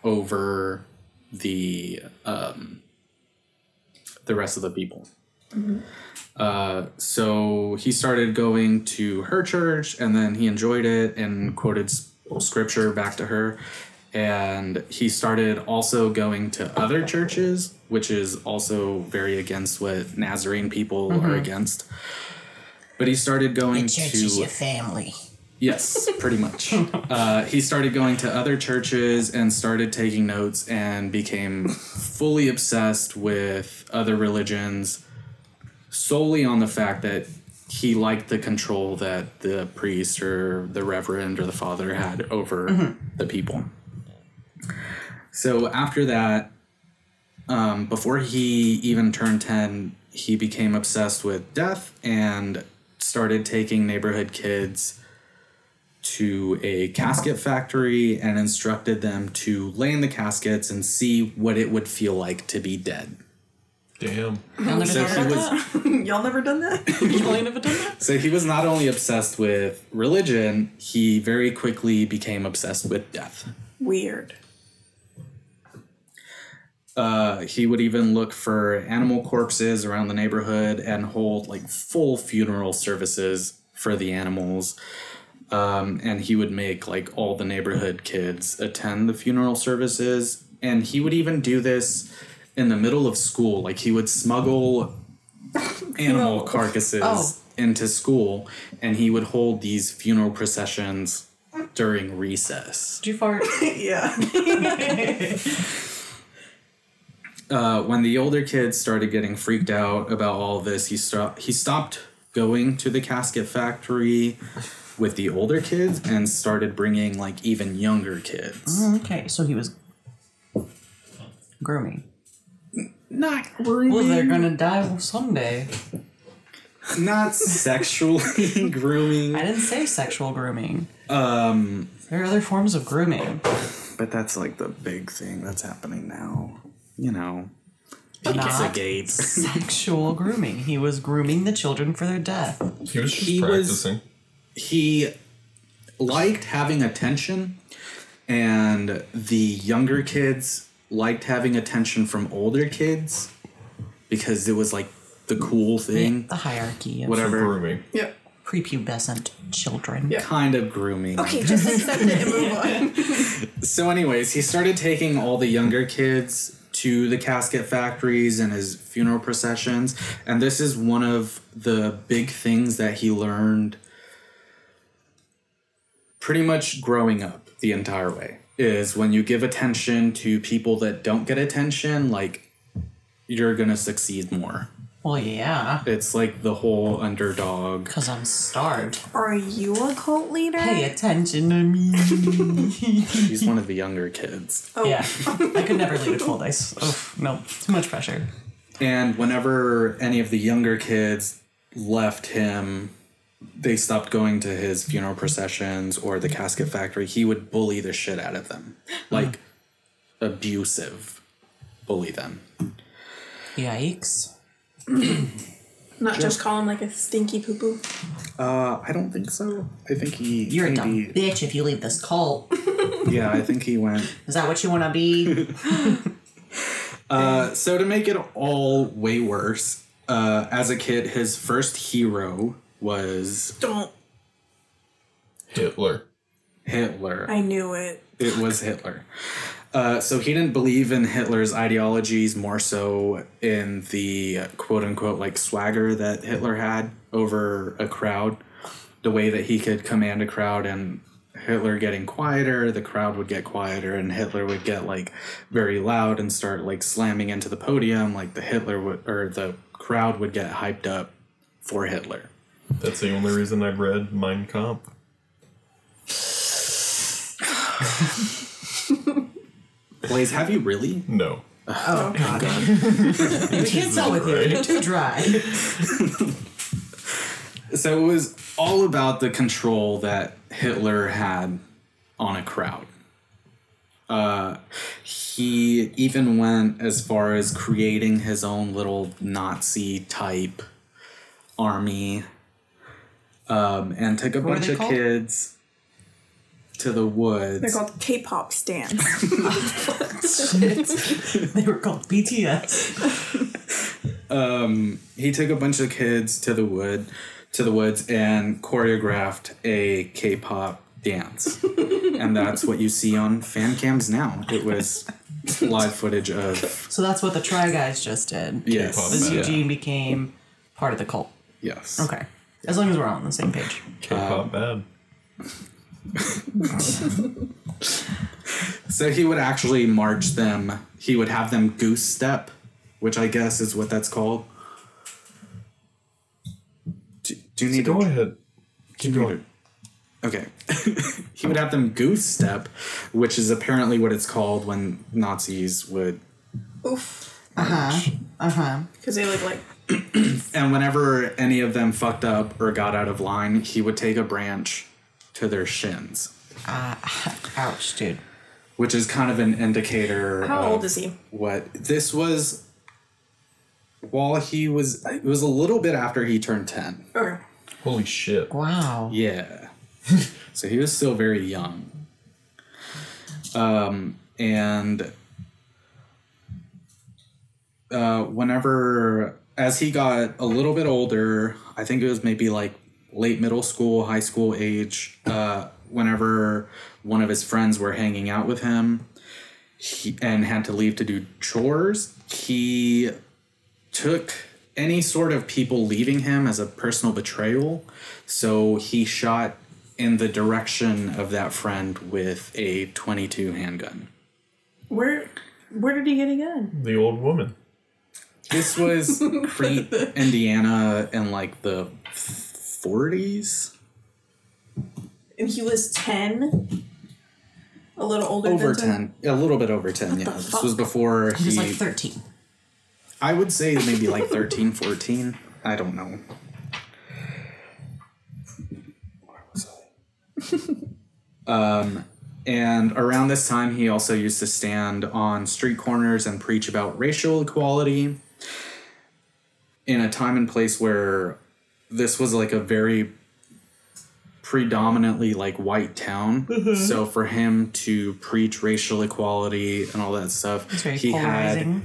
[SPEAKER 5] over the um, the rest of the people. Uh, so he started going to her church, and then he enjoyed it and quoted s- scripture back to her. And he started also going to other churches, which is also very against what Nazarene people are against. But he started going to
[SPEAKER 4] family.
[SPEAKER 5] Yes, pretty much. uh, he started going to other churches and started taking notes and became fully obsessed with other religions solely on the fact that he liked the control that the priest or the reverend or the father had over the people. So after that, um, before he even turned 10, he became obsessed with death and started taking neighborhood kids to a casket factory and instructed them to lay in the caskets and see what it would feel like to be dead.
[SPEAKER 6] Damn.
[SPEAKER 4] Y'all never
[SPEAKER 5] So
[SPEAKER 4] done
[SPEAKER 5] he
[SPEAKER 4] that?
[SPEAKER 5] was
[SPEAKER 3] Y'all never done that?
[SPEAKER 4] Y'all ain't never done that?
[SPEAKER 5] so he was not only obsessed with religion, he very quickly became obsessed with death.
[SPEAKER 3] Weird.
[SPEAKER 5] Uh, he would even look for animal corpses around the neighborhood and hold like full funeral services for the animals. Um, and he would make like all the neighborhood kids attend the funeral services. And he would even do this in the middle of school. Like he would smuggle animal carcasses
[SPEAKER 4] Oh.
[SPEAKER 5] into school and he would hold these funeral processions during recess.
[SPEAKER 4] Did you fart?
[SPEAKER 3] yeah.
[SPEAKER 5] uh, when the older kids started getting freaked out about all this, he stopped. He stopped going to the casket factory with the older kids and started bringing like even younger kids.
[SPEAKER 4] okay, so he was grooming.
[SPEAKER 5] Not grooming,
[SPEAKER 4] Well, they're gonna die someday.
[SPEAKER 5] not sexually grooming,
[SPEAKER 4] I didn't say sexual grooming. Um, there are other forms of grooming.
[SPEAKER 5] but that's like the big thing that's happening now. You know,
[SPEAKER 4] Not
[SPEAKER 5] Pizzagate.
[SPEAKER 4] sexual grooming. He was grooming the children for their death.
[SPEAKER 6] He was just
[SPEAKER 5] He was-
[SPEAKER 6] practicing.
[SPEAKER 5] he liked having attention and the younger kids liked having attention from older kids because it was like the cool thing
[SPEAKER 4] The hierarchy of
[SPEAKER 5] whatever
[SPEAKER 6] Grooming.
[SPEAKER 3] Yep.
[SPEAKER 4] prepubescent children.
[SPEAKER 3] Yeah.
[SPEAKER 5] kind of grooming
[SPEAKER 3] Okay, just accept it and move on.
[SPEAKER 5] so anyways he started taking all the younger kids to the casket factories and his funeral processions and this is one of the big things that he learned pretty much growing up the entire way is when you give attention to people that don't get attention like you're gonna succeed more
[SPEAKER 4] Well, yeah,
[SPEAKER 5] it's like the whole underdog
[SPEAKER 4] because I'm starved.
[SPEAKER 3] Are you a cult leader?
[SPEAKER 4] Pay attention to me.
[SPEAKER 5] he's one of the younger kids
[SPEAKER 3] oh,
[SPEAKER 4] yeah, I could never leave a cold ice. Oh, no, too much pressure.
[SPEAKER 5] And whenever any of the younger kids left him, they stopped going to his funeral processions or the casket factory. He would bully the shit out of them,
[SPEAKER 4] Uh-huh.
[SPEAKER 5] like abusive, bully them.
[SPEAKER 4] Yikes.
[SPEAKER 3] Not just call him like a stinky poo poo.
[SPEAKER 5] Uh, I don't think so. I think he.
[SPEAKER 4] You're a dumb
[SPEAKER 5] maybe-
[SPEAKER 4] bitch if you leave this cult.
[SPEAKER 5] Yeah, I think he went.
[SPEAKER 4] Is that what you want to be?
[SPEAKER 5] Uh, so to make it all way worse, uh, as a kid, his first hero was
[SPEAKER 3] Don't.
[SPEAKER 6] Hitler.
[SPEAKER 5] Hitler.
[SPEAKER 3] I knew it.
[SPEAKER 5] It was Hitler. Uh, so he didn't believe in Hitler's ideologies, more so in the quote unquote like swagger that Hitler had over a crowd, the way that he could command a crowd and Hitler getting quieter, the crowd would get quieter, and Hitler would get like very loud and start like slamming into the podium, like the Hitler would or the crowd would get hyped up for Hitler.
[SPEAKER 6] That's the only reason I've read Mein Kampf.
[SPEAKER 5] Blaze, have you really?
[SPEAKER 6] No.
[SPEAKER 4] Oh, God. we can't sell with you. You're too dry.
[SPEAKER 5] So it was all about the control that Hitler had on a crowd. Uh, he even went as far as creating his own little Nazi type army um, and took a
[SPEAKER 4] are
[SPEAKER 5] bunch
[SPEAKER 4] they
[SPEAKER 5] of
[SPEAKER 4] called?
[SPEAKER 5] kids to the
[SPEAKER 3] They're
[SPEAKER 5] woods.
[SPEAKER 3] called K-pop stands.
[SPEAKER 4] They were called BTS.
[SPEAKER 5] he took a bunch of kids to the wood to the woods and choreographed a k-pop dance and that's what you see on fan cams now it was live footage of
[SPEAKER 4] So that's what the Try Guys just did.
[SPEAKER 6] K-pop
[SPEAKER 5] yes
[SPEAKER 4] This
[SPEAKER 6] Yeah.
[SPEAKER 4] Eugene became part of the cult.
[SPEAKER 5] yes
[SPEAKER 4] Okay. As long as we're all on the same page.
[SPEAKER 6] K-pop
[SPEAKER 5] Um,
[SPEAKER 6] bad.
[SPEAKER 5] so he would actually march them he would have them goose step which i guess is what that's called do, do you need
[SPEAKER 6] Go
[SPEAKER 5] to-
[SPEAKER 6] ahead. Keep going.
[SPEAKER 5] Okay. he would have them goose step, which is apparently what it's called when Nazis would.
[SPEAKER 3] Oof.
[SPEAKER 4] Uh huh.
[SPEAKER 3] Because they look like
[SPEAKER 5] And whenever any of them fucked up or got out of line, he would take a branch to their shins,
[SPEAKER 4] Ouch, dude.
[SPEAKER 5] which is kind of an indicator.
[SPEAKER 3] how
[SPEAKER 5] of
[SPEAKER 3] old is he?
[SPEAKER 5] What this was. While he was, it was a little bit after he turned ten.
[SPEAKER 3] Okay.
[SPEAKER 6] Holy shit.
[SPEAKER 4] Wow.
[SPEAKER 5] Yeah. so he was still very young. Um, and uh, whenever, as he got a little bit older, I think it was maybe like late middle school, high school age, uh, whenever one of his friends were hanging out with him he, and had to leave to do chores, he took any sort of people leaving him as a personal betrayal. So he shot in the direction of that friend with a 22 handgun.
[SPEAKER 3] Where where did he get a gun?
[SPEAKER 6] The old woman.
[SPEAKER 5] This was Crete, Indiana in like the 40s.
[SPEAKER 3] And he was ten. A little older
[SPEAKER 5] Over
[SPEAKER 3] than
[SPEAKER 5] 10, a little bit over 10, yeah.
[SPEAKER 3] the
[SPEAKER 5] This
[SPEAKER 3] fuck?
[SPEAKER 5] was before
[SPEAKER 4] He's
[SPEAKER 5] he,
[SPEAKER 4] like 13.
[SPEAKER 5] I would say maybe like 13, 14. I don't know. Where was I? um, and around this time, he also used to stand on street corners and preach about racial equality in a time and place where this was like a very predominantly like white town.
[SPEAKER 4] Mm-hmm.
[SPEAKER 5] So for him to preach racial equality and all that stuff,
[SPEAKER 4] It's very
[SPEAKER 5] he had
[SPEAKER 4] polarizing.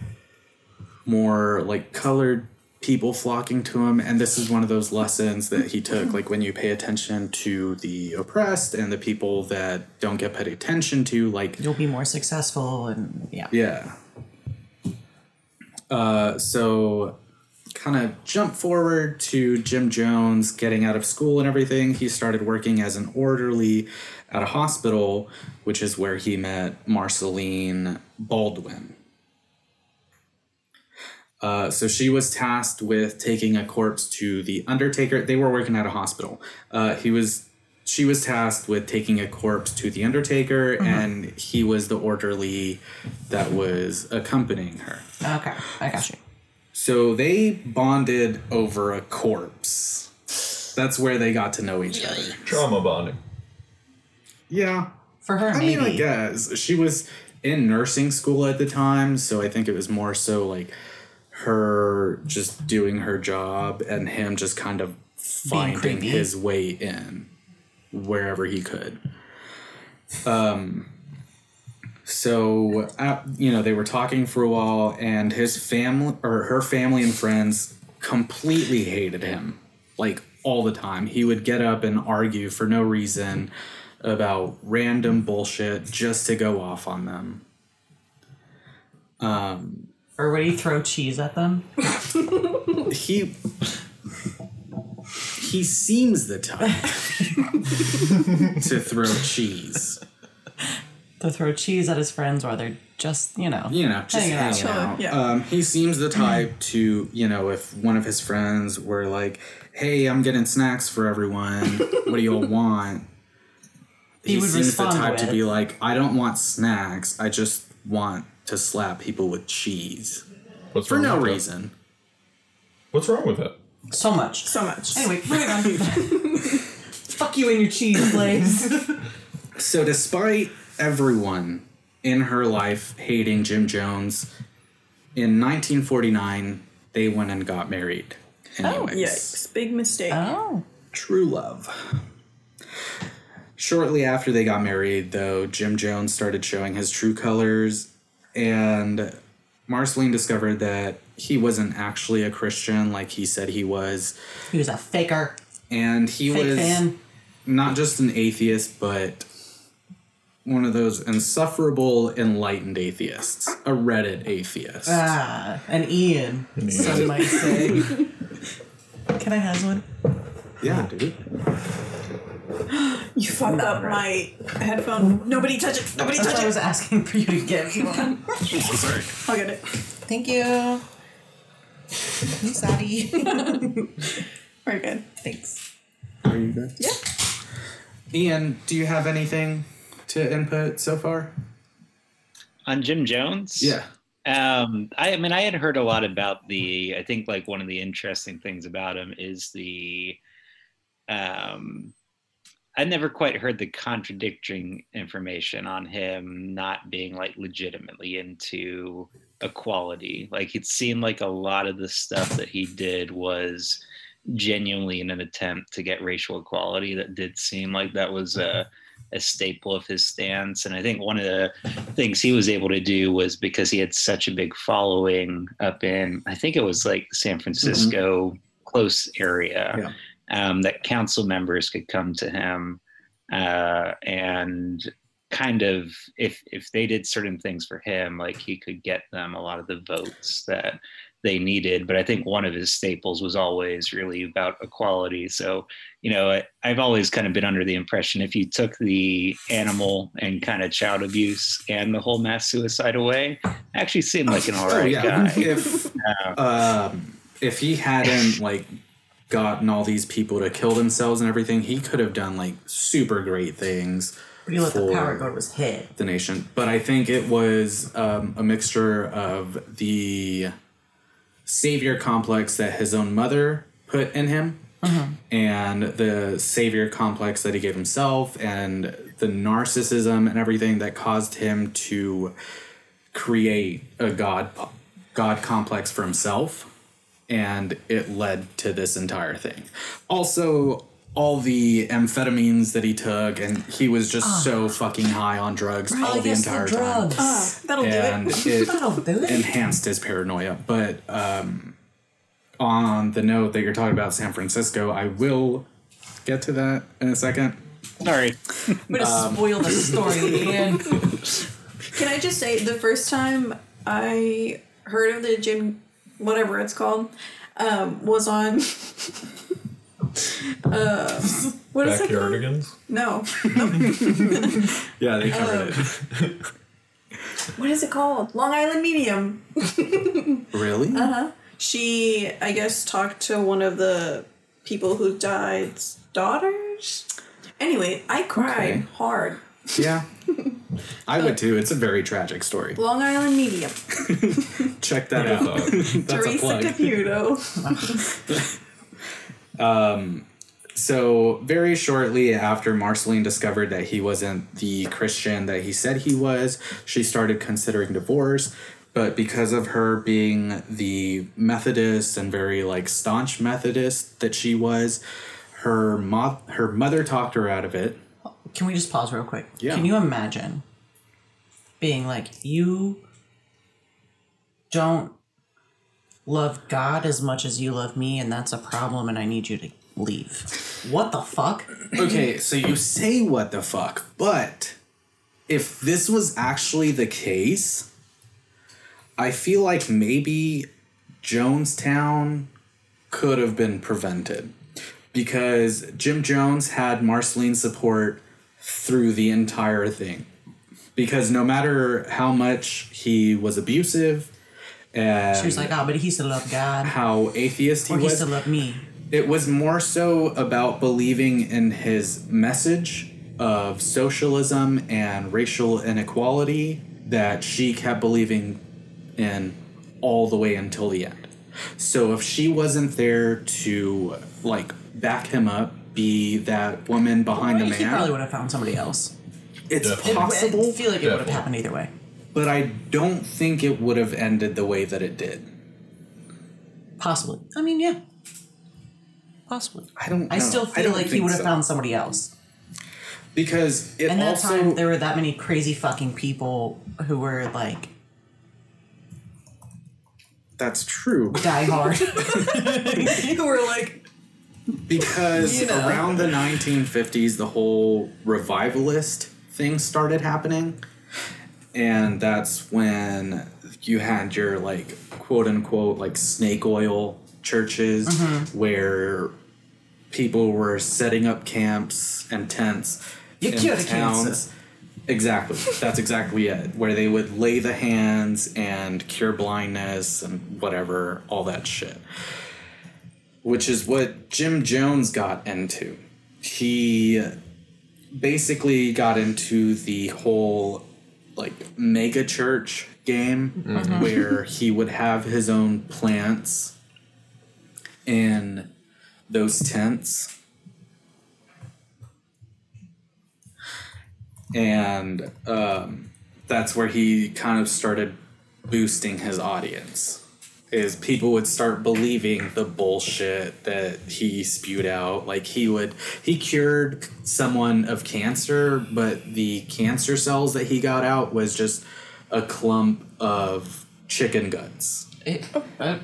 [SPEAKER 5] more like colored people flocking to him and this is one of those lessons that he took like when you pay attention to the oppressed and the people that don't get paid attention to like
[SPEAKER 4] You'll be more successful and yeah.
[SPEAKER 5] yeah uh, so kind of jump forward to jim jones getting out of school and everything he started working as an orderly at a hospital which is where he met marceline baldwin Uh, so she was tasked with taking a corpse to the undertaker. They were working at a hospital. Uh, he was, she was tasked with taking a corpse to the undertaker, and he was the orderly that was accompanying her.
[SPEAKER 4] Okay. I got you.
[SPEAKER 5] So they bonded over a corpse. That's where they got to know each other.
[SPEAKER 6] Trauma bonding.
[SPEAKER 5] Yeah,
[SPEAKER 4] For her,
[SPEAKER 5] I
[SPEAKER 4] maybe.
[SPEAKER 5] mean, I guess she was in nursing school at the time, so I think it was more so like her just doing her job and him just kind of finding
[SPEAKER 4] creepy.
[SPEAKER 5] his way in wherever he could. Um, so uh, you know they were talking for a while, and his family or her family and friends completely hated him, like all the time. He would get up and argue for no reason about random bullshit just to go off on them.
[SPEAKER 4] Or would he throw cheese at them?
[SPEAKER 5] he he seems the type to throw cheese.
[SPEAKER 4] To throw cheese at his friends while they're just, you know.
[SPEAKER 5] You know, just
[SPEAKER 4] Hanging out.
[SPEAKER 5] hanging out.
[SPEAKER 3] Sure, yeah.
[SPEAKER 5] Um, he seems the type to, you know, if one of his friends were like, "Hey, I'm getting snacks for everyone. What do you all want?"
[SPEAKER 4] He would
[SPEAKER 5] seems the
[SPEAKER 4] respond
[SPEAKER 5] type to
[SPEAKER 4] with-
[SPEAKER 5] be like, "I don't want snacks. I just want to slap people with cheese
[SPEAKER 6] What's
[SPEAKER 5] for
[SPEAKER 6] wrong
[SPEAKER 5] no
[SPEAKER 6] with that?
[SPEAKER 5] reason."
[SPEAKER 6] What's wrong with that?
[SPEAKER 4] So much.
[SPEAKER 3] So much.
[SPEAKER 4] Anyway, moving on. Fuck you and your cheese, Blaze.
[SPEAKER 5] So, despite everyone in her life hating Jim Jones, in 1949 they went and got married. Anyways,
[SPEAKER 3] Yikes. Big mistake.
[SPEAKER 4] oh.
[SPEAKER 5] true love. Shortly after they got married, though, Jim Jones started showing his true colors, and Marceline discovered that he wasn't actually a Christian like he said he was,
[SPEAKER 4] He was a faker.
[SPEAKER 5] and he
[SPEAKER 4] Fake
[SPEAKER 5] was
[SPEAKER 4] fan.
[SPEAKER 5] not just an atheist, but one of those insufferable enlightened atheists, a Reddit atheist.
[SPEAKER 4] Ah, an Ian. Some might say. Can I have one?
[SPEAKER 5] yeah, dude.
[SPEAKER 3] You fucked up my headphone. Nobody touch it. Nobody
[SPEAKER 4] That's
[SPEAKER 3] touch
[SPEAKER 4] why I was
[SPEAKER 3] it.
[SPEAKER 4] asking for you to get me one.
[SPEAKER 3] I'll get it.
[SPEAKER 4] Thank you. I'm sorry.
[SPEAKER 3] We're good.
[SPEAKER 4] Thanks.
[SPEAKER 5] Are you good?
[SPEAKER 3] Yeah.
[SPEAKER 5] Ian, do you have anything to input so far?
[SPEAKER 7] On Jim Jones? Um, I, I mean, I had heard a lot about the. I think like one of the interesting things about him is the. Um, I never quite heard the contradicting information on him not being like legitimately into equality. Like it seemed like a lot of the stuff that he did was genuinely in an attempt to get racial equality. That did seem like that was a, a staple of his stance. And I think one of the things he was able to do was because he had such a big following up in I think it was like San Francisco close area um, that council members could come to him uh, and kind of if if they did certain things for him like he could get them a lot of the votes that they needed but i think one of his staples was always really about equality so you know, I, I've always kind of been under the impression if you took the animal and kind of child abuse and the whole mass suicide away, actually seemed like an all right guy.
[SPEAKER 5] Oh, If um, if he hadn't like gotten all these people to kill themselves and everything, he could have done like super great things.
[SPEAKER 4] You let the
[SPEAKER 5] for-
[SPEAKER 4] power go to his head.
[SPEAKER 5] the nation, but I think it was um, a mixture of the savior complex that his own mother put in him, and the savior complex that he gave himself, and the narcissism and everything that caused him to create a god god complex for himself, and it led to this entire thing. Also. All the amphetamines that he took, and he was just so fucking high on drugs all the entire time,
[SPEAKER 4] drugs.
[SPEAKER 3] Ah, that'll
[SPEAKER 5] and
[SPEAKER 3] do it.
[SPEAKER 5] it
[SPEAKER 4] That'll do it.
[SPEAKER 5] enhanced his paranoia. But um, on the note that you're talking about San Francisco, I will get to that in a second.
[SPEAKER 7] Sorry.
[SPEAKER 4] Way to
[SPEAKER 5] Um,
[SPEAKER 4] spoil the story, Ian.
[SPEAKER 3] Can I just say the first time I heard of the gym, whatever it's called, um, was on. uh, what is it called?
[SPEAKER 6] Backyardigans?
[SPEAKER 3] No.
[SPEAKER 5] Yeah, they covered
[SPEAKER 3] Oh.
[SPEAKER 5] it.
[SPEAKER 3] What is it called? Long Island Medium.
[SPEAKER 5] Really?
[SPEAKER 3] Uh-huh. She, I guess, talked to one of the people who died's daughters. Anyway, I cried
[SPEAKER 5] Okay.
[SPEAKER 3] hard.
[SPEAKER 5] Yeah. I
[SPEAKER 3] Oh.
[SPEAKER 5] would too. It's a very tragic story.
[SPEAKER 3] Long Island Medium.
[SPEAKER 5] Check that
[SPEAKER 6] I
[SPEAKER 5] out.
[SPEAKER 6] thought.
[SPEAKER 5] That's a
[SPEAKER 3] Teresa
[SPEAKER 5] plug.
[SPEAKER 3] Caputo.
[SPEAKER 5] So, very shortly after Marceline discovered that he wasn't the Christian that he said he was, she started considering divorce. but because of her being the Methodist and very like staunch Methodist that she was, her mo- her mother talked her out of it.
[SPEAKER 4] Can we just pause real quick?
[SPEAKER 5] Yeah.
[SPEAKER 4] Can you imagine being like, you don't love God as much as you love me, and that's a problem, and I need you to leave? What the fuck?
[SPEAKER 5] Okay, so you say what the fuck, but if this was actually the case, I feel like maybe Jonestown could have been prevented because Jim Jones had Marceline's support through the entire thing. Because no matter how much he was abusive and
[SPEAKER 4] She was like, oh, but he still loved God,
[SPEAKER 5] how atheist he
[SPEAKER 4] or he
[SPEAKER 5] was,
[SPEAKER 4] still loved me.
[SPEAKER 5] it was more so about believing in his message of socialism and racial inequality that she kept believing in all the way until the end. So if she wasn't there to like back him up, be that woman behind the
[SPEAKER 4] He probably
[SPEAKER 5] man,
[SPEAKER 4] would have found somebody else.
[SPEAKER 5] it's
[SPEAKER 6] Definitely.
[SPEAKER 4] I
[SPEAKER 5] possible,
[SPEAKER 4] feel like it would have
[SPEAKER 6] Definitely.
[SPEAKER 4] happened either way.
[SPEAKER 5] but I don't think it would have ended the way that it did.
[SPEAKER 4] Possibly. I mean, yeah. Possibly.
[SPEAKER 5] I don't.
[SPEAKER 4] I
[SPEAKER 5] know.
[SPEAKER 4] still feel
[SPEAKER 5] don't
[SPEAKER 4] like he
[SPEAKER 5] think
[SPEAKER 4] would have
[SPEAKER 5] so.
[SPEAKER 4] found somebody else.
[SPEAKER 5] because it
[SPEAKER 4] And that
[SPEAKER 5] also
[SPEAKER 4] time, there were that many crazy fucking people who were like
[SPEAKER 5] that's true.
[SPEAKER 4] die hard. who were like,
[SPEAKER 5] because
[SPEAKER 4] You know.
[SPEAKER 5] around the 1950s the whole revivalist thing started happening and that's when you had your like quote unquote like snake oil churches
[SPEAKER 4] Mm-hmm.
[SPEAKER 5] where people were setting up camps and tents
[SPEAKER 4] You
[SPEAKER 5] in
[SPEAKER 4] cured
[SPEAKER 5] towns.
[SPEAKER 4] cancer.
[SPEAKER 5] Exactly. That's exactly it. Where they would lay the hands and cure blindness and whatever, all that shit. Which is what Jim Jones got into. He basically got into the whole like mega church game where he would have his own plants in those tents. and um, that's where he kind of started boosting his audience is people would start believing the bullshit that he spewed out like he would he cured someone of cancer but the cancer cells that he got out was just a clump of chicken guts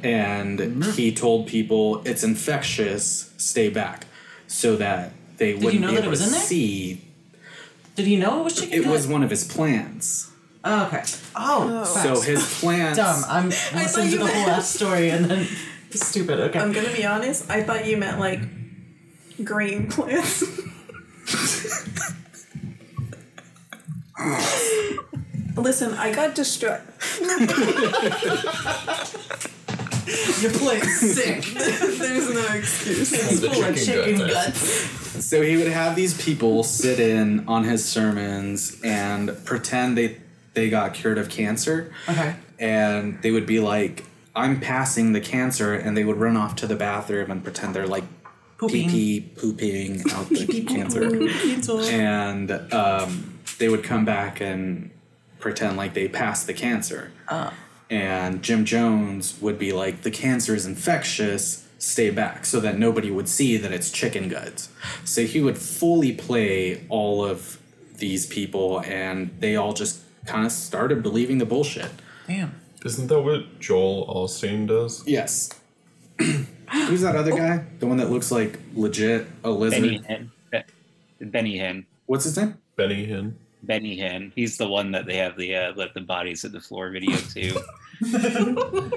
[SPEAKER 5] and
[SPEAKER 4] Mm-hmm.
[SPEAKER 5] he told people it's infectious stay back so that they wouldn't
[SPEAKER 4] know
[SPEAKER 5] be
[SPEAKER 4] that
[SPEAKER 5] able
[SPEAKER 4] it was
[SPEAKER 5] to
[SPEAKER 4] in there?
[SPEAKER 5] see
[SPEAKER 4] did he know it was chicken?
[SPEAKER 5] it
[SPEAKER 4] gut?
[SPEAKER 5] was one of his plans.
[SPEAKER 4] Oh, okay. Oh,
[SPEAKER 5] So
[SPEAKER 4] facts.
[SPEAKER 5] his plans.
[SPEAKER 4] dumb. I'm
[SPEAKER 3] thought
[SPEAKER 4] listening to
[SPEAKER 3] you
[SPEAKER 4] the whole
[SPEAKER 3] meant- Um,
[SPEAKER 4] ass story and then stupid. Okay.
[SPEAKER 3] I'm gonna be honest. I thought you meant like green plants. Listen, I got distracted.
[SPEAKER 4] You're playing sick.
[SPEAKER 3] There's no excuse.
[SPEAKER 6] The chicken, gut thing.
[SPEAKER 5] So he would have these people sit in on his sermons and pretend they they got cured of cancer.
[SPEAKER 4] Okay.
[SPEAKER 5] And they would be like, "I'm passing the cancer," and they would run off to the bathroom and pretend they're like pee
[SPEAKER 4] Pooping.
[SPEAKER 5] pee pooping out the cancer.
[SPEAKER 4] Cancel.
[SPEAKER 5] and um, they would come back and pretend like they passed the cancer. And Jim Jones would be like, "The cancer is infectious. Stay back," so that nobody would see that it's chicken guts. So he would fully play all of these people, and they all just kind of started believing the bullshit.
[SPEAKER 4] Damn.
[SPEAKER 6] Isn't that what Joel Alstein does?
[SPEAKER 5] Yes. Who's that other guy? The one that looks like legit a lizard.
[SPEAKER 7] Benny Hinn. Be- Benny Hinn.
[SPEAKER 5] What's his name?
[SPEAKER 6] Benny Hinn.
[SPEAKER 7] Benny Hinn. He's the one that they have the uh, let the bodies hit the floor video to.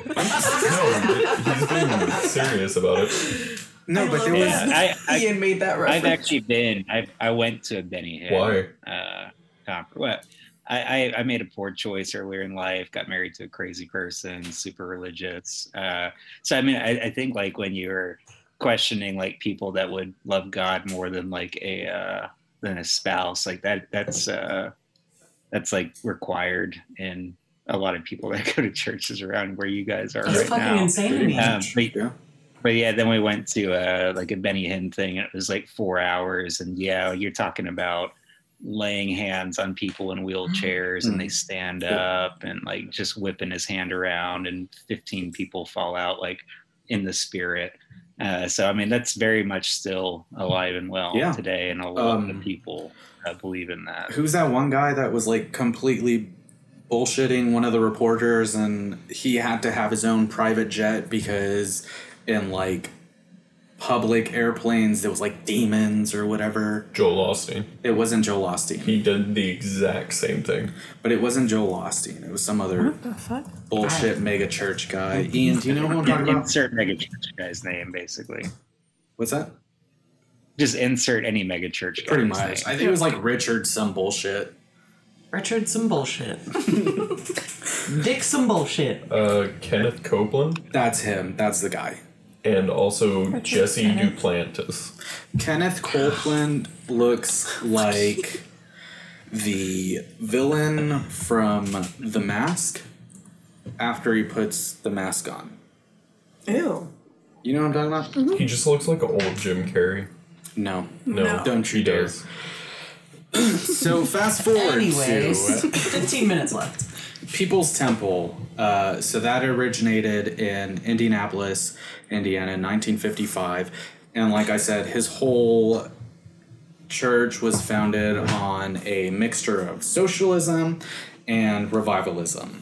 [SPEAKER 6] No, but he's being serious about it.
[SPEAKER 5] No, but there
[SPEAKER 3] love
[SPEAKER 5] was
[SPEAKER 7] yeah, I, I,
[SPEAKER 3] Ian made that
[SPEAKER 7] I've
[SPEAKER 3] reference.
[SPEAKER 7] actually been. I I went to a Benny Hinn.
[SPEAKER 6] Why?
[SPEAKER 7] Uh, conference. Well, I, I I made a poor choice earlier in life. Got married to a crazy person, super religious. Uh, so I mean, I, I think like when you're questioning like people that would love God more than like a uh, than a spouse, like that that's uh, that's like required in a lot of people that go to churches around where you guys are
[SPEAKER 4] That's
[SPEAKER 7] right
[SPEAKER 4] fucking
[SPEAKER 7] now.
[SPEAKER 4] insane to me.
[SPEAKER 7] Um, but
[SPEAKER 5] yeah.
[SPEAKER 7] but yeah, then we went to uh, like a Benny Hinn thing, and it was like four hours. And yeah, you're talking about laying hands on people in wheelchairs and they
[SPEAKER 5] Mm.
[SPEAKER 7] stand up and like just whipping his hand around and 15 people fall out like in the spirit uh, so i mean that's very much still alive and well
[SPEAKER 5] Yeah.
[SPEAKER 7] today and a lot
[SPEAKER 5] Um,
[SPEAKER 7] of people uh, believe in that
[SPEAKER 5] Who's that one guy that was like completely bullshitting one of the reporters and he had to have his own private jet because in like public airplanes there was like demons or whatever.
[SPEAKER 6] Joel Austin.
[SPEAKER 5] It wasn't Joel Osteen.
[SPEAKER 6] He did the exact same thing.
[SPEAKER 5] But it wasn't Joel Osteen. It was some other
[SPEAKER 4] The fuck?
[SPEAKER 5] bullshit mega church guy. Ian, do you know who I'm talking about?
[SPEAKER 7] insert megachurch guy's name basically
[SPEAKER 5] What's that?
[SPEAKER 7] just insert any megachurch guy's
[SPEAKER 5] Pretty much. I
[SPEAKER 7] name.
[SPEAKER 5] think it was like Richard some bullshit.
[SPEAKER 4] Richard, some bullshit. Dick, some bullshit.
[SPEAKER 6] Uh, Kenneth Copeland
[SPEAKER 5] That's him. That's the guy.
[SPEAKER 6] and also Jesse Duplantis.
[SPEAKER 5] Kenneth Copeland looks like the villain from The Mask after he puts the mask on.
[SPEAKER 3] Ew.
[SPEAKER 5] You know what I'm talking about?
[SPEAKER 6] He just looks like an old Jim Carrey.
[SPEAKER 5] No.
[SPEAKER 6] No,
[SPEAKER 3] No.
[SPEAKER 5] Don't you
[SPEAKER 6] he
[SPEAKER 5] dare.
[SPEAKER 6] does.
[SPEAKER 5] So fast forward
[SPEAKER 4] Anyways,
[SPEAKER 5] to
[SPEAKER 4] 15 minutes left.
[SPEAKER 5] People's Temple. Uh, so that originated in Indianapolis, Indiana in 1955. And like I said, his whole church was founded on a mixture of socialism and revivalism,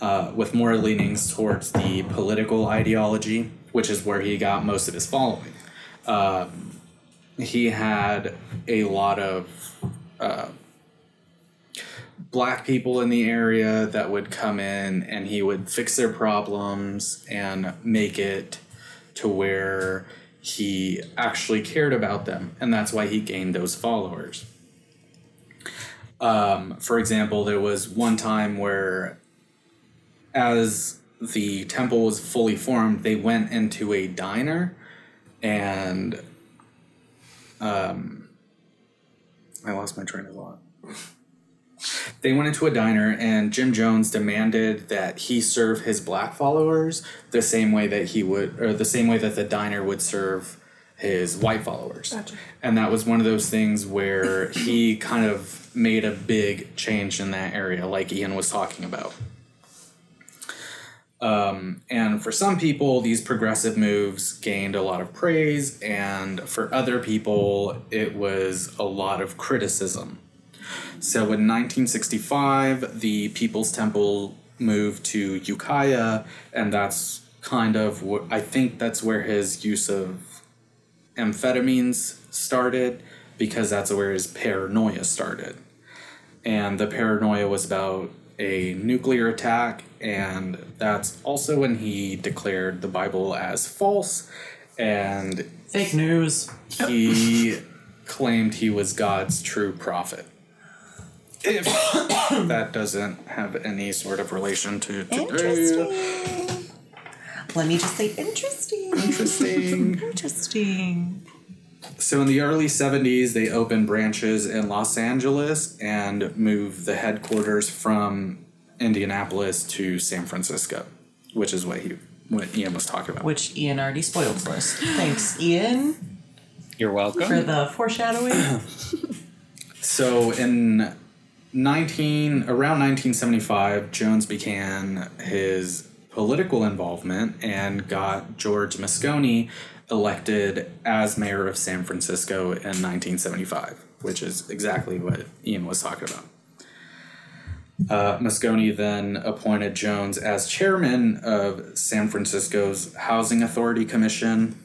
[SPEAKER 5] uh, with more leanings towards the political ideology, which is where he got most of his following. Um, he had a lot of uh, black people in the area that would come in and he would fix their problems and make it to where he actually cared about them. And that's why he gained those followers. Um, for example, there was one time where, as the temple was fully formed, they went into a diner and. Um, I lost my train of thought they went into a diner and Jim Jones demanded that he serve his black followers the same way that he would or the same way that the diner would serve his white followers.
[SPEAKER 3] Gotcha.
[SPEAKER 5] And that was one of those things where he kind of made a big change in that area like Ian was talking about. Um, and for some people, these progressive moves gained a lot of praise, and for other people, it was a lot of criticism. So in 1965, the People's Temple moved to Ukiah, and that's kind of what I think that's where his use of amphetamines started, because that's where his paranoia started. And the paranoia was about a nuclear attack, and that's also when he declared the Bible as false, and
[SPEAKER 4] Fake news.
[SPEAKER 5] he claimed he was God's true prophet. If that doesn't have any sort of relation to today.
[SPEAKER 4] Let me just say interesting.
[SPEAKER 5] Interesting.
[SPEAKER 4] Interesting.
[SPEAKER 5] so in the early 70s, they opened branches in Los Angeles and moved the headquarters from Indianapolis to San Francisco, which is what he what Ian was talking about.
[SPEAKER 4] Which Ian already spoiled for us. Thanks, Ian,
[SPEAKER 7] you're welcome
[SPEAKER 4] for the foreshadowing.
[SPEAKER 5] So in 19 around 1975, Jones began his political involvement and got George Moscone elected as mayor of San Francisco in 1975, which is exactly what Ian was talking about. Uh, Moscone then appointed Jones as chairman of San Francisco's Housing Authority Commission.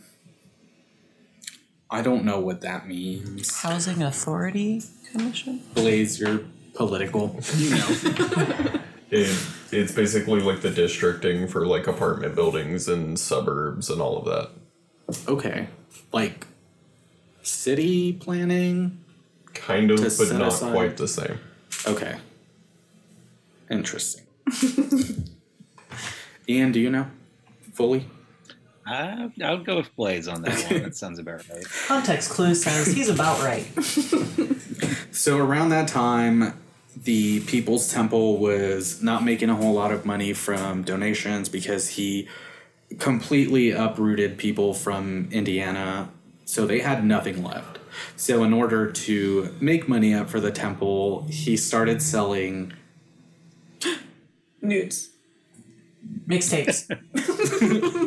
[SPEAKER 5] I don't know what that means.
[SPEAKER 4] Housing Authority Commission.
[SPEAKER 5] Blaze, you're political. You know.
[SPEAKER 6] It, it's basically like the districting for like apartment buildings and suburbs and all of that.
[SPEAKER 5] okay. Like city planning?
[SPEAKER 6] Kind of,
[SPEAKER 5] To
[SPEAKER 6] but
[SPEAKER 5] set
[SPEAKER 6] not
[SPEAKER 5] aside-
[SPEAKER 6] quite the same.
[SPEAKER 5] Okay. Interesting. Ian, do you know? Fully?
[SPEAKER 7] Uh, I'll go with Blaze on that one. That sounds about right.
[SPEAKER 4] Context clue says he's about right.
[SPEAKER 5] So around that time, the People's Temple was not making a whole lot of money from donations because he completely uprooted people from Indiana, so they had nothing left. So, in order to make money up for the temple, he started selling
[SPEAKER 3] Nudes.
[SPEAKER 4] Mixtapes.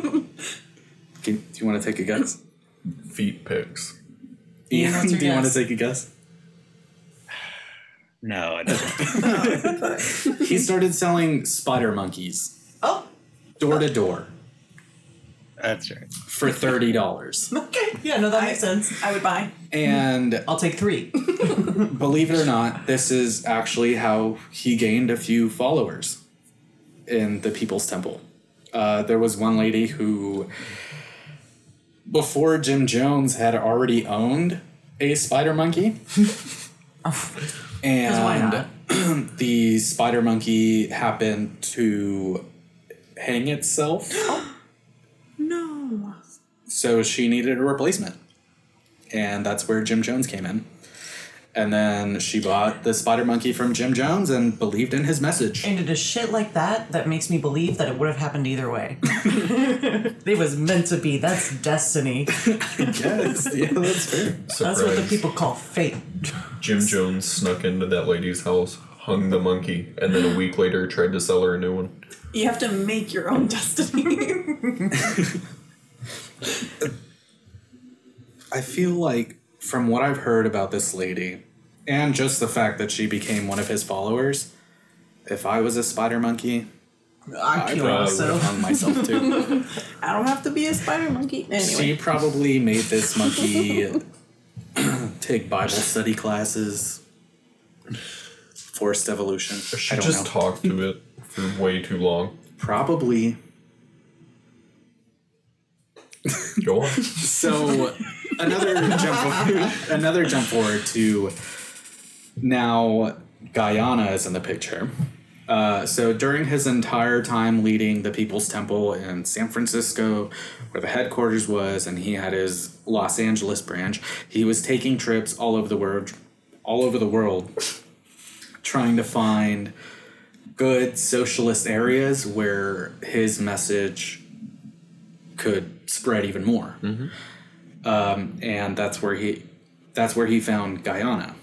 [SPEAKER 5] Can, do you want to take a guess?
[SPEAKER 6] Feet pics.
[SPEAKER 4] Ian, what's
[SPEAKER 5] do
[SPEAKER 4] your
[SPEAKER 5] you want to
[SPEAKER 4] guess?
[SPEAKER 5] take a guess?
[SPEAKER 7] No, I don't.
[SPEAKER 5] He started selling spider monkeys
[SPEAKER 4] oh,
[SPEAKER 5] door to door
[SPEAKER 7] that's right.
[SPEAKER 5] for thirty dollars,
[SPEAKER 4] okay. Yeah, no, that makes sense.
[SPEAKER 3] I would buy.
[SPEAKER 5] and
[SPEAKER 4] I'll take three.
[SPEAKER 5] believe it or not, this is actually how he gained a few followers in the People's Temple. Uh, there was one lady who, before Jim Jones, had already owned a spider monkey. and
[SPEAKER 4] why not?
[SPEAKER 5] the spider monkey happened to hang itself.
[SPEAKER 4] Oh,
[SPEAKER 3] No.
[SPEAKER 5] So she needed a replacement. And that's where Jim Jones came in. And then she bought the spider monkey from Jim Jones and believed in his message.
[SPEAKER 4] And it is shit like that that makes me believe that it would have happened either way. it was meant to be. That's destiny.
[SPEAKER 5] yes, yeah, that's fair.
[SPEAKER 4] That's
[SPEAKER 6] Surprise.
[SPEAKER 4] what the people call fate.
[SPEAKER 6] Jim Jones snuck into that lady's house, hung the monkey, and then a week later tried to sell her a new one.
[SPEAKER 3] You have to make your own destiny.
[SPEAKER 5] I feel like, from what I've heard about this lady, and just the fact that she became one of his followers, if I was a spider monkey,
[SPEAKER 4] I
[SPEAKER 5] I'd
[SPEAKER 4] feel
[SPEAKER 5] probably would
[SPEAKER 4] also.
[SPEAKER 5] have hung myself too.
[SPEAKER 3] I don't have to be a spider monkey. Anyway.
[SPEAKER 5] She probably made this monkey take Bible study classes, forced evolution.
[SPEAKER 6] She
[SPEAKER 5] I don't
[SPEAKER 6] just
[SPEAKER 5] know.
[SPEAKER 6] talked to it for way too long.
[SPEAKER 5] probably.
[SPEAKER 6] Go on.
[SPEAKER 5] So another jump forward, another jump forward to now Guyana is in the picture. Uh, so during his entire time leading the People's Temple in San Francisco, where the headquarters was, and he had his Los Angeles branch, he was taking trips all over the world, all over the world, trying to find good socialist areas where his message could spread even more. Um, and that's where he that's where he found Guyana.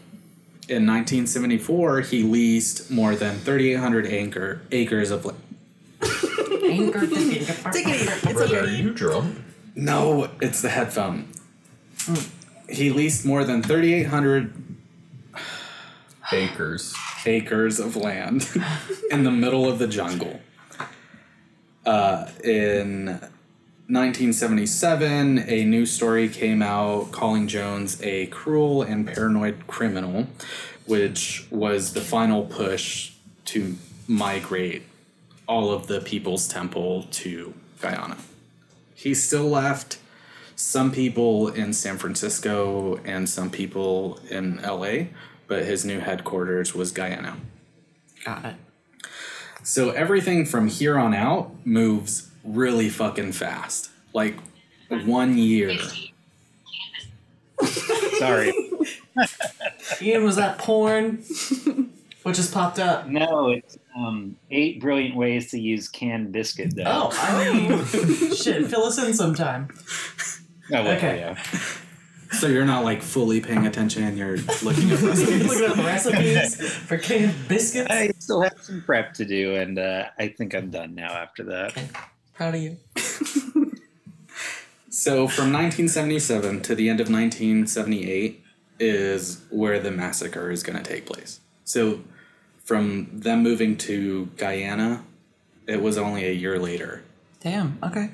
[SPEAKER 5] In 1974, he leased more than 3,800 anchor, acres of land.
[SPEAKER 3] Take it easy. It's
[SPEAKER 6] Brett, are
[SPEAKER 3] okay.
[SPEAKER 6] you drunk?
[SPEAKER 5] No, it's the headphone. He leased more than 3,800
[SPEAKER 6] Acres.
[SPEAKER 5] acres of land in the middle of the jungle. Uh, in 1977, a news story came out calling Jones a cruel and paranoid criminal, which was the final push to migrate all of the people's temple to Guyana. He still left some people in San Francisco and some people in LA, but his new headquarters was Guyana.
[SPEAKER 4] Got it.
[SPEAKER 5] So everything from here on out moves really fucking fast. Like one year.
[SPEAKER 7] Sorry.
[SPEAKER 4] Ian, was that porn? What just popped up?
[SPEAKER 7] No, it's um, eight brilliant ways to use canned biscuit dough.
[SPEAKER 4] Oh, I mean, shit, fill us in sometime.
[SPEAKER 7] No, wait,
[SPEAKER 4] okay.
[SPEAKER 7] Oh, yeah.
[SPEAKER 5] So you're not like fully paying attention, you're looking at recipes.
[SPEAKER 4] Look up recipes for canned biscuits.
[SPEAKER 7] I still have some prep to do, and uh, I think I'm done now after that.
[SPEAKER 4] Proud of you.
[SPEAKER 5] So from 1977 to the end of 1978 is where the massacre is going to take place. So from them moving to Guyana, it was only a year later.
[SPEAKER 4] Damn. Okay.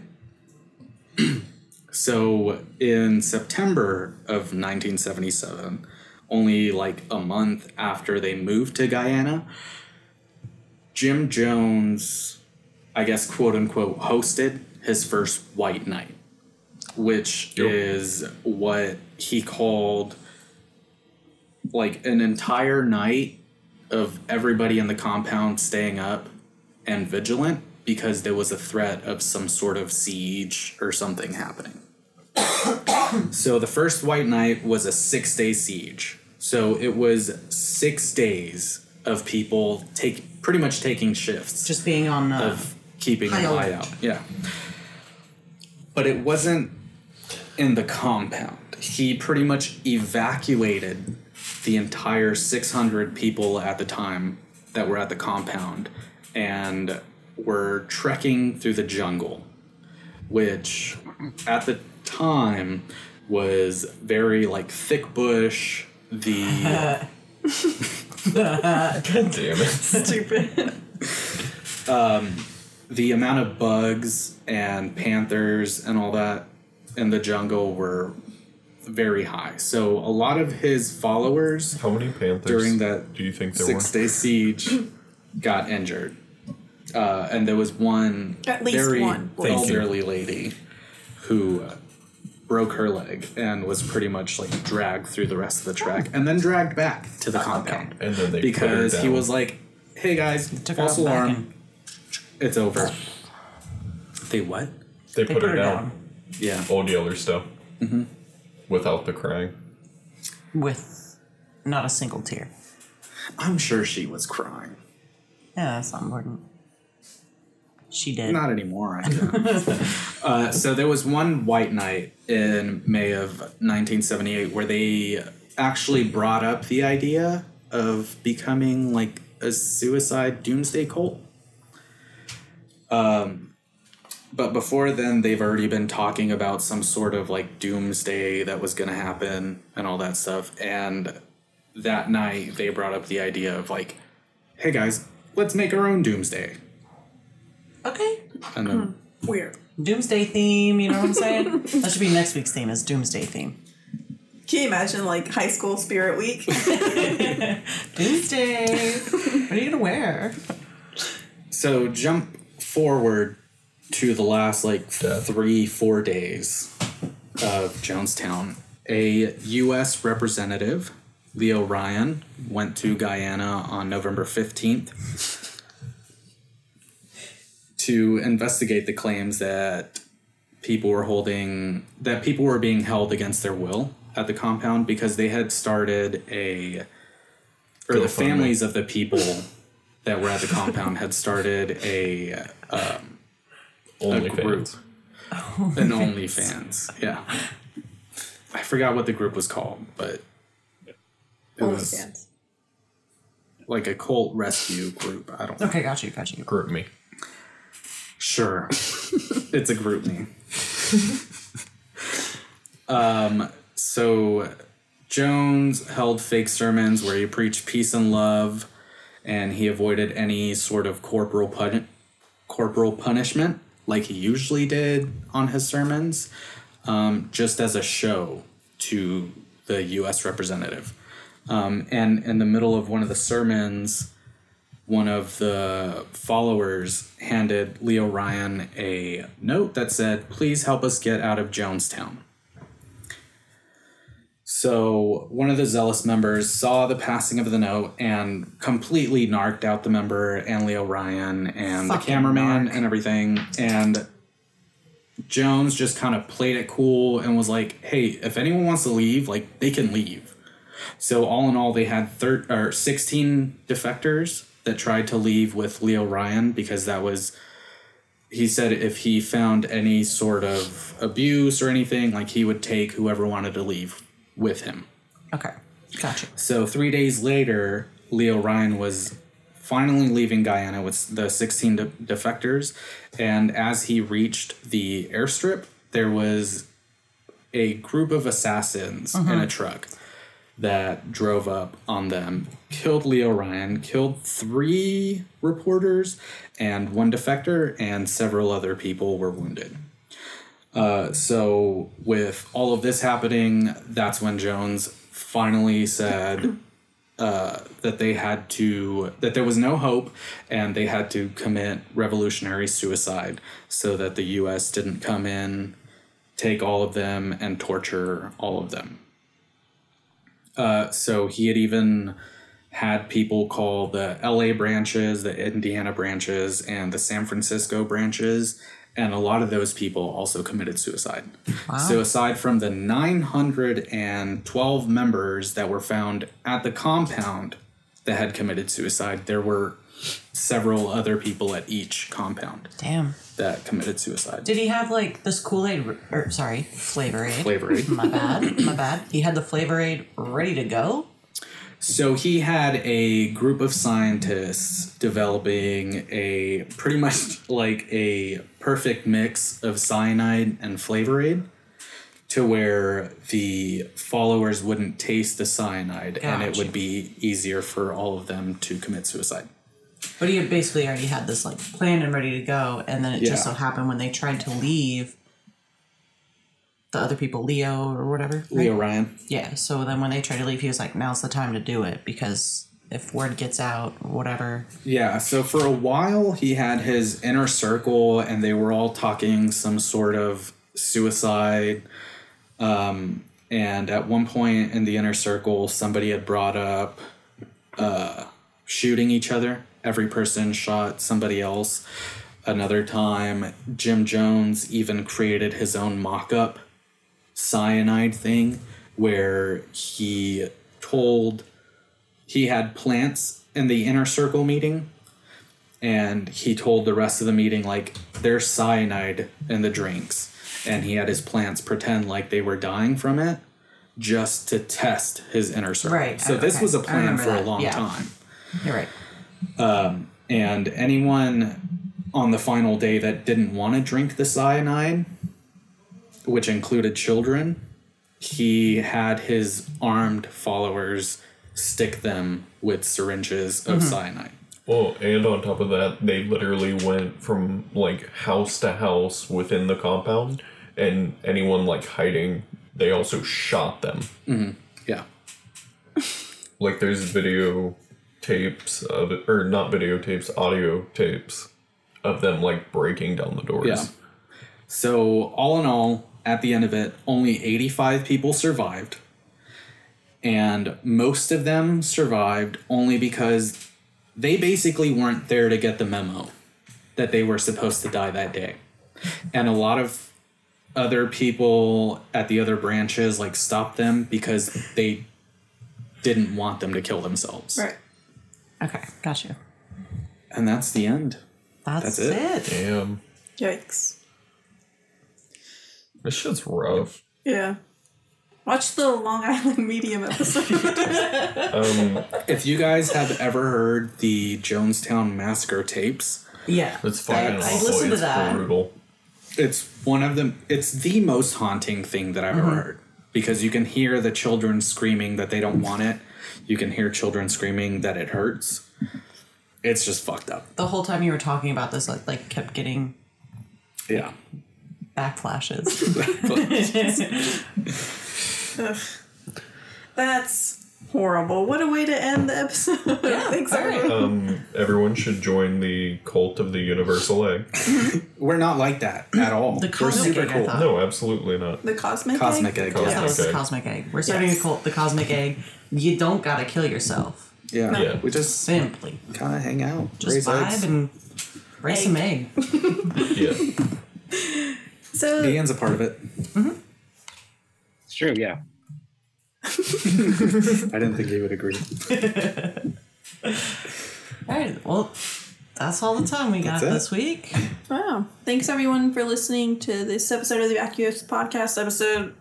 [SPEAKER 5] So in September of 1977, only like a month after they moved to Guyana, Jim Jones, I guess quote unquote, hosted his first white night, which
[SPEAKER 6] Yep.
[SPEAKER 5] is what he called like an entire night of everybody in the compound staying up and vigilant because there was a threat of some sort of siege or something happening. so the first white night was a six day siege. So it was six days of people take pretty much taking shifts
[SPEAKER 4] Just being on. Uh,
[SPEAKER 5] of keeping
[SPEAKER 4] High
[SPEAKER 5] an
[SPEAKER 4] alert.
[SPEAKER 5] eye out. Yeah. But it wasn't in the compound. he pretty much evacuated the entire 600 people at the time that were at the compound and were trekking through the jungle, which at the time was very like thick bush. The
[SPEAKER 6] God damn it.
[SPEAKER 3] Stupid.
[SPEAKER 5] the amount of bugs and panthers and all that in the jungle were very high. So a lot of his followers
[SPEAKER 6] How many Panthers
[SPEAKER 5] during that
[SPEAKER 6] do you think there
[SPEAKER 5] six
[SPEAKER 6] were?
[SPEAKER 5] day siege got injured. Uh, and there was one
[SPEAKER 3] At least
[SPEAKER 5] very
[SPEAKER 3] one.
[SPEAKER 6] Thank you.
[SPEAKER 5] elderly lady who uh, broke her leg and was pretty much like dragged through the rest of the track and then dragged back to the compound
[SPEAKER 6] And then they put her
[SPEAKER 5] because he
[SPEAKER 6] down.
[SPEAKER 5] was like, "Hey guys,
[SPEAKER 4] Took her
[SPEAKER 5] false
[SPEAKER 4] out back
[SPEAKER 5] alarm,
[SPEAKER 4] and-
[SPEAKER 5] it's over." They what?
[SPEAKER 6] They
[SPEAKER 4] They
[SPEAKER 6] put, her down.
[SPEAKER 5] Yeah,
[SPEAKER 6] All the other stuff. Mm-hmm. Without the crying.
[SPEAKER 4] with not a single tear.
[SPEAKER 5] I'm sure she was crying.
[SPEAKER 4] Yeah, that's not important. She did.
[SPEAKER 5] Not anymore. I guess. uh, so there was one white night in May of 1978 where they actually brought up the idea of becoming like a suicide doomsday cult. Um, but before then, they've already been talking about some sort of like doomsday that was going to happen and all that stuff. And that night, they brought up the idea of like, hey guys, let's make our own doomsday.
[SPEAKER 4] okay.
[SPEAKER 5] And then
[SPEAKER 3] Weird.
[SPEAKER 4] Doomsday theme, you know what I'm saying? that should be next week's theme is Doomsday theme.
[SPEAKER 3] Can you imagine like high school spirit week?
[SPEAKER 4] Doomsday. what are you gonna wear?
[SPEAKER 5] So jump forward to the last like three, four days of Jonestown. A U.S. representative, Leo Ryan, went to Guyana on November 15th to investigate the claims that people were holding, that people were being held against their will at the compound because they had started a, or the
[SPEAKER 6] GoFundMe.
[SPEAKER 5] families of the people that were at the compound had started a
[SPEAKER 6] Only
[SPEAKER 5] a group.
[SPEAKER 6] fans.
[SPEAKER 5] An OnlyFans. Yeah. I forgot what the group was called, but it was
[SPEAKER 3] OnlyFans.
[SPEAKER 5] like a cult rescue group. I don't know.
[SPEAKER 4] Okay, got you, got you.
[SPEAKER 6] Group me.
[SPEAKER 5] Sure. it's a group name. um, so Jones held fake sermons where he preached peace and love, and he avoided any sort of corporal pun- corporal punishment like he usually did on his sermons, um, just as a show to the U.S. representative. Um, and in the middle of one of the sermons, one of the followers handed Leo Ryan a note that said, Please help us get out of Jonestown. So one of the zealous members saw the passing of the note and completely narked out the member and Leo Ryan and the
[SPEAKER 4] Fucking
[SPEAKER 5] cameraman
[SPEAKER 4] narc.
[SPEAKER 5] and everything. And Jones just kind of played it cool and was like, Hey, if anyone wants to leave, like they can leave. So all in all, they had thir- or sixteen defectors that tried to leave with Leo Ryan because that was. He said if he found any sort of abuse or anything, like he would take whoever wanted to leave with him.
[SPEAKER 4] Okay. Got you.
[SPEAKER 5] So three days later, Leo Ryan was finally leaving Guyana with the 16 de- defectors, and as he reached the airstrip, there was a group of assassins in a truck that drove up on them, killed Leo Ryan, killed three reporters and one defector, and several other people were wounded. Uh, so, with all of this happening, that's when Jones finally said uh, that they had to, that there was no hope and they had to commit revolutionary suicide so that the US didn't come in, take all of them, and torture all of them. Uh, so, he had even had people call the LA branches, the Indiana branches, and the San Francisco branches. And a lot of those people also committed suicide. So, aside from the 912 members that were found at the compound that had committed suicide, there were several other people at each compound
[SPEAKER 4] Damn.
[SPEAKER 5] that committed suicide.
[SPEAKER 4] Did he have like this Kool Aid, or sorry, Flavor Aid?
[SPEAKER 5] Flavor Aid.
[SPEAKER 4] My bad, my bad. He had the Flavor Aid ready to go?
[SPEAKER 5] So he had a group of scientists developing a pretty much like a perfect mix of cyanide and flavor aid to where the followers wouldn't taste the cyanide and it
[SPEAKER 4] Gotcha.
[SPEAKER 5] would be easier for all of them to commit suicide.
[SPEAKER 4] But he had basically already had this like planned and ready to go, and then it just
[SPEAKER 5] Yeah.
[SPEAKER 4] so happened when they tried to leave, the other people, Leo or whatever. right?
[SPEAKER 5] Leo Ryan.
[SPEAKER 4] Yeah. So then when they tried to leave, he was like, "Now's the time to do it because if word gets out, whatever."
[SPEAKER 5] Yeah, so for a while he had his inner circle and they were all talking some sort of suicide. Um, and at one point in the inner circle, somebody had brought up uh, shooting each other. Every person shot somebody else. Another time, Jim Jones even created his own mock up cyanide thing where he told he had plants in the inner circle meeting and he told the rest of the meeting like there's cyanide in the drinks and he had his plants pretend like they were dying from it just to test his inner circle
[SPEAKER 4] Right,
[SPEAKER 5] so this
[SPEAKER 4] okay.
[SPEAKER 5] was a
[SPEAKER 4] I
[SPEAKER 5] plan
[SPEAKER 4] remember
[SPEAKER 5] for a
[SPEAKER 4] that,
[SPEAKER 5] long
[SPEAKER 4] yeah.
[SPEAKER 5] time
[SPEAKER 4] You're right.
[SPEAKER 5] and anyone on the final day that didn't want to drink the cyanide, which included children, he had his armed followers stick them with syringes of cyanide.
[SPEAKER 6] Well, and on top of that, they literally went from like house to house within the compound, and anyone like hiding, they also shot them.
[SPEAKER 5] Yeah.
[SPEAKER 6] Like there's video tapes of it, or not video tapes, audio tapes of them like breaking down the doors.
[SPEAKER 5] Yeah. So, all in all, at the end of it, only 85 people survived. And most of them survived only because they basically weren't there to get the memo that they were supposed to die that day. And a lot of other people at the other branches like stopped them because they didn't want them to kill themselves.
[SPEAKER 3] Right.
[SPEAKER 4] Okay, got you.
[SPEAKER 5] And that's the end.
[SPEAKER 4] That's,
[SPEAKER 5] That's it.
[SPEAKER 4] it.
[SPEAKER 6] Damn,
[SPEAKER 3] Yikes.
[SPEAKER 6] this shit's rough.
[SPEAKER 3] Yeah. Watch the Long Island Medium episode.
[SPEAKER 6] Um,
[SPEAKER 5] If you guys have ever heard the Jonestown massacre tapes,
[SPEAKER 4] Yeah.
[SPEAKER 6] it's fucking
[SPEAKER 4] I- I
[SPEAKER 6] awful.
[SPEAKER 4] listened to
[SPEAKER 6] it's
[SPEAKER 4] that.
[SPEAKER 6] brutal.
[SPEAKER 5] It's one of the it's the most haunting thing that I've
[SPEAKER 4] Mm-hmm.
[SPEAKER 5] ever heard because you can hear the children screaming that they don't want it. You can hear children screaming that it hurts. It's just fucked up.
[SPEAKER 4] The whole time you were talking about this, like, like kept getting
[SPEAKER 5] Yeah.
[SPEAKER 4] backflashes.
[SPEAKER 3] That's horrible. What a way to end the episode. Thanks,
[SPEAKER 4] all right.
[SPEAKER 3] everyone.
[SPEAKER 6] Um, everyone should join the cult of the universal egg.
[SPEAKER 5] We're not like that at all.
[SPEAKER 4] The
[SPEAKER 5] We're
[SPEAKER 4] cosmic
[SPEAKER 5] super
[SPEAKER 4] egg, I
[SPEAKER 5] cool.
[SPEAKER 4] thought.
[SPEAKER 6] No, absolutely not.
[SPEAKER 3] The Cosmic
[SPEAKER 5] Cosmic egg.
[SPEAKER 4] I thought it
[SPEAKER 5] Yeah.
[SPEAKER 4] was the
[SPEAKER 6] Okay.
[SPEAKER 4] cosmic egg. We're starting
[SPEAKER 3] Yes.
[SPEAKER 4] a cult. The cosmic egg. You don't gotta kill yourself.
[SPEAKER 5] Yeah.
[SPEAKER 6] Yeah.
[SPEAKER 5] We just
[SPEAKER 4] Simply
[SPEAKER 5] kind of hang out.
[SPEAKER 4] just
[SPEAKER 5] raise
[SPEAKER 4] vibe
[SPEAKER 5] eggs.
[SPEAKER 4] and raise some egg.
[SPEAKER 6] Yeah.
[SPEAKER 3] So,
[SPEAKER 5] Dan's a part of it.
[SPEAKER 7] It's true, yeah.
[SPEAKER 5] I didn't think he would agree.
[SPEAKER 4] All right. Well, that's all the time we got
[SPEAKER 5] That's it.
[SPEAKER 4] this week.
[SPEAKER 3] wow. Thanks, everyone, for listening to this episode of the Vacuous Podcast, episode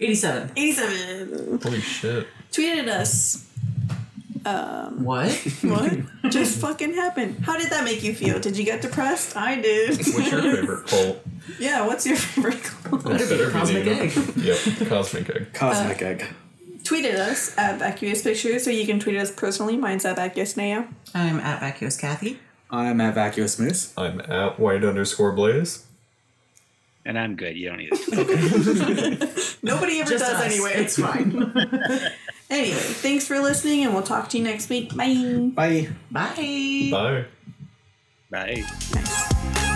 [SPEAKER 4] Eighty-seven.
[SPEAKER 3] 87.
[SPEAKER 6] Holy shit.
[SPEAKER 3] Tweet at us.
[SPEAKER 4] What?
[SPEAKER 3] What just fucking happened? How did that make you feel? Did you get depressed? I did.
[SPEAKER 6] What's your favorite cult?
[SPEAKER 3] yeah, what's your favorite cult?
[SPEAKER 6] It better be the
[SPEAKER 4] Cosmic
[SPEAKER 6] uni-
[SPEAKER 4] egg.
[SPEAKER 6] Yep, cosmic egg.
[SPEAKER 5] Cosmic
[SPEAKER 4] Uh,
[SPEAKER 5] egg.
[SPEAKER 3] Tweet at us at Vacuous Pictures, so you can tweet us personally. Mine's at Vacuous Nao.
[SPEAKER 4] I'm at Vacuous Kathy.
[SPEAKER 5] I'm at Vacuous Moose.
[SPEAKER 6] I'm at white underscore blaze.
[SPEAKER 7] And I'm good. You don't need it.
[SPEAKER 3] Nobody ever does
[SPEAKER 4] us.
[SPEAKER 3] anyway.
[SPEAKER 4] It's fine.
[SPEAKER 3] Anyway, thanks for listening, and we'll talk to you next week. Bye.
[SPEAKER 5] Bye.
[SPEAKER 4] Bye.
[SPEAKER 6] Bye.
[SPEAKER 7] Bye.
[SPEAKER 3] Nice.
[SPEAKER 1] Your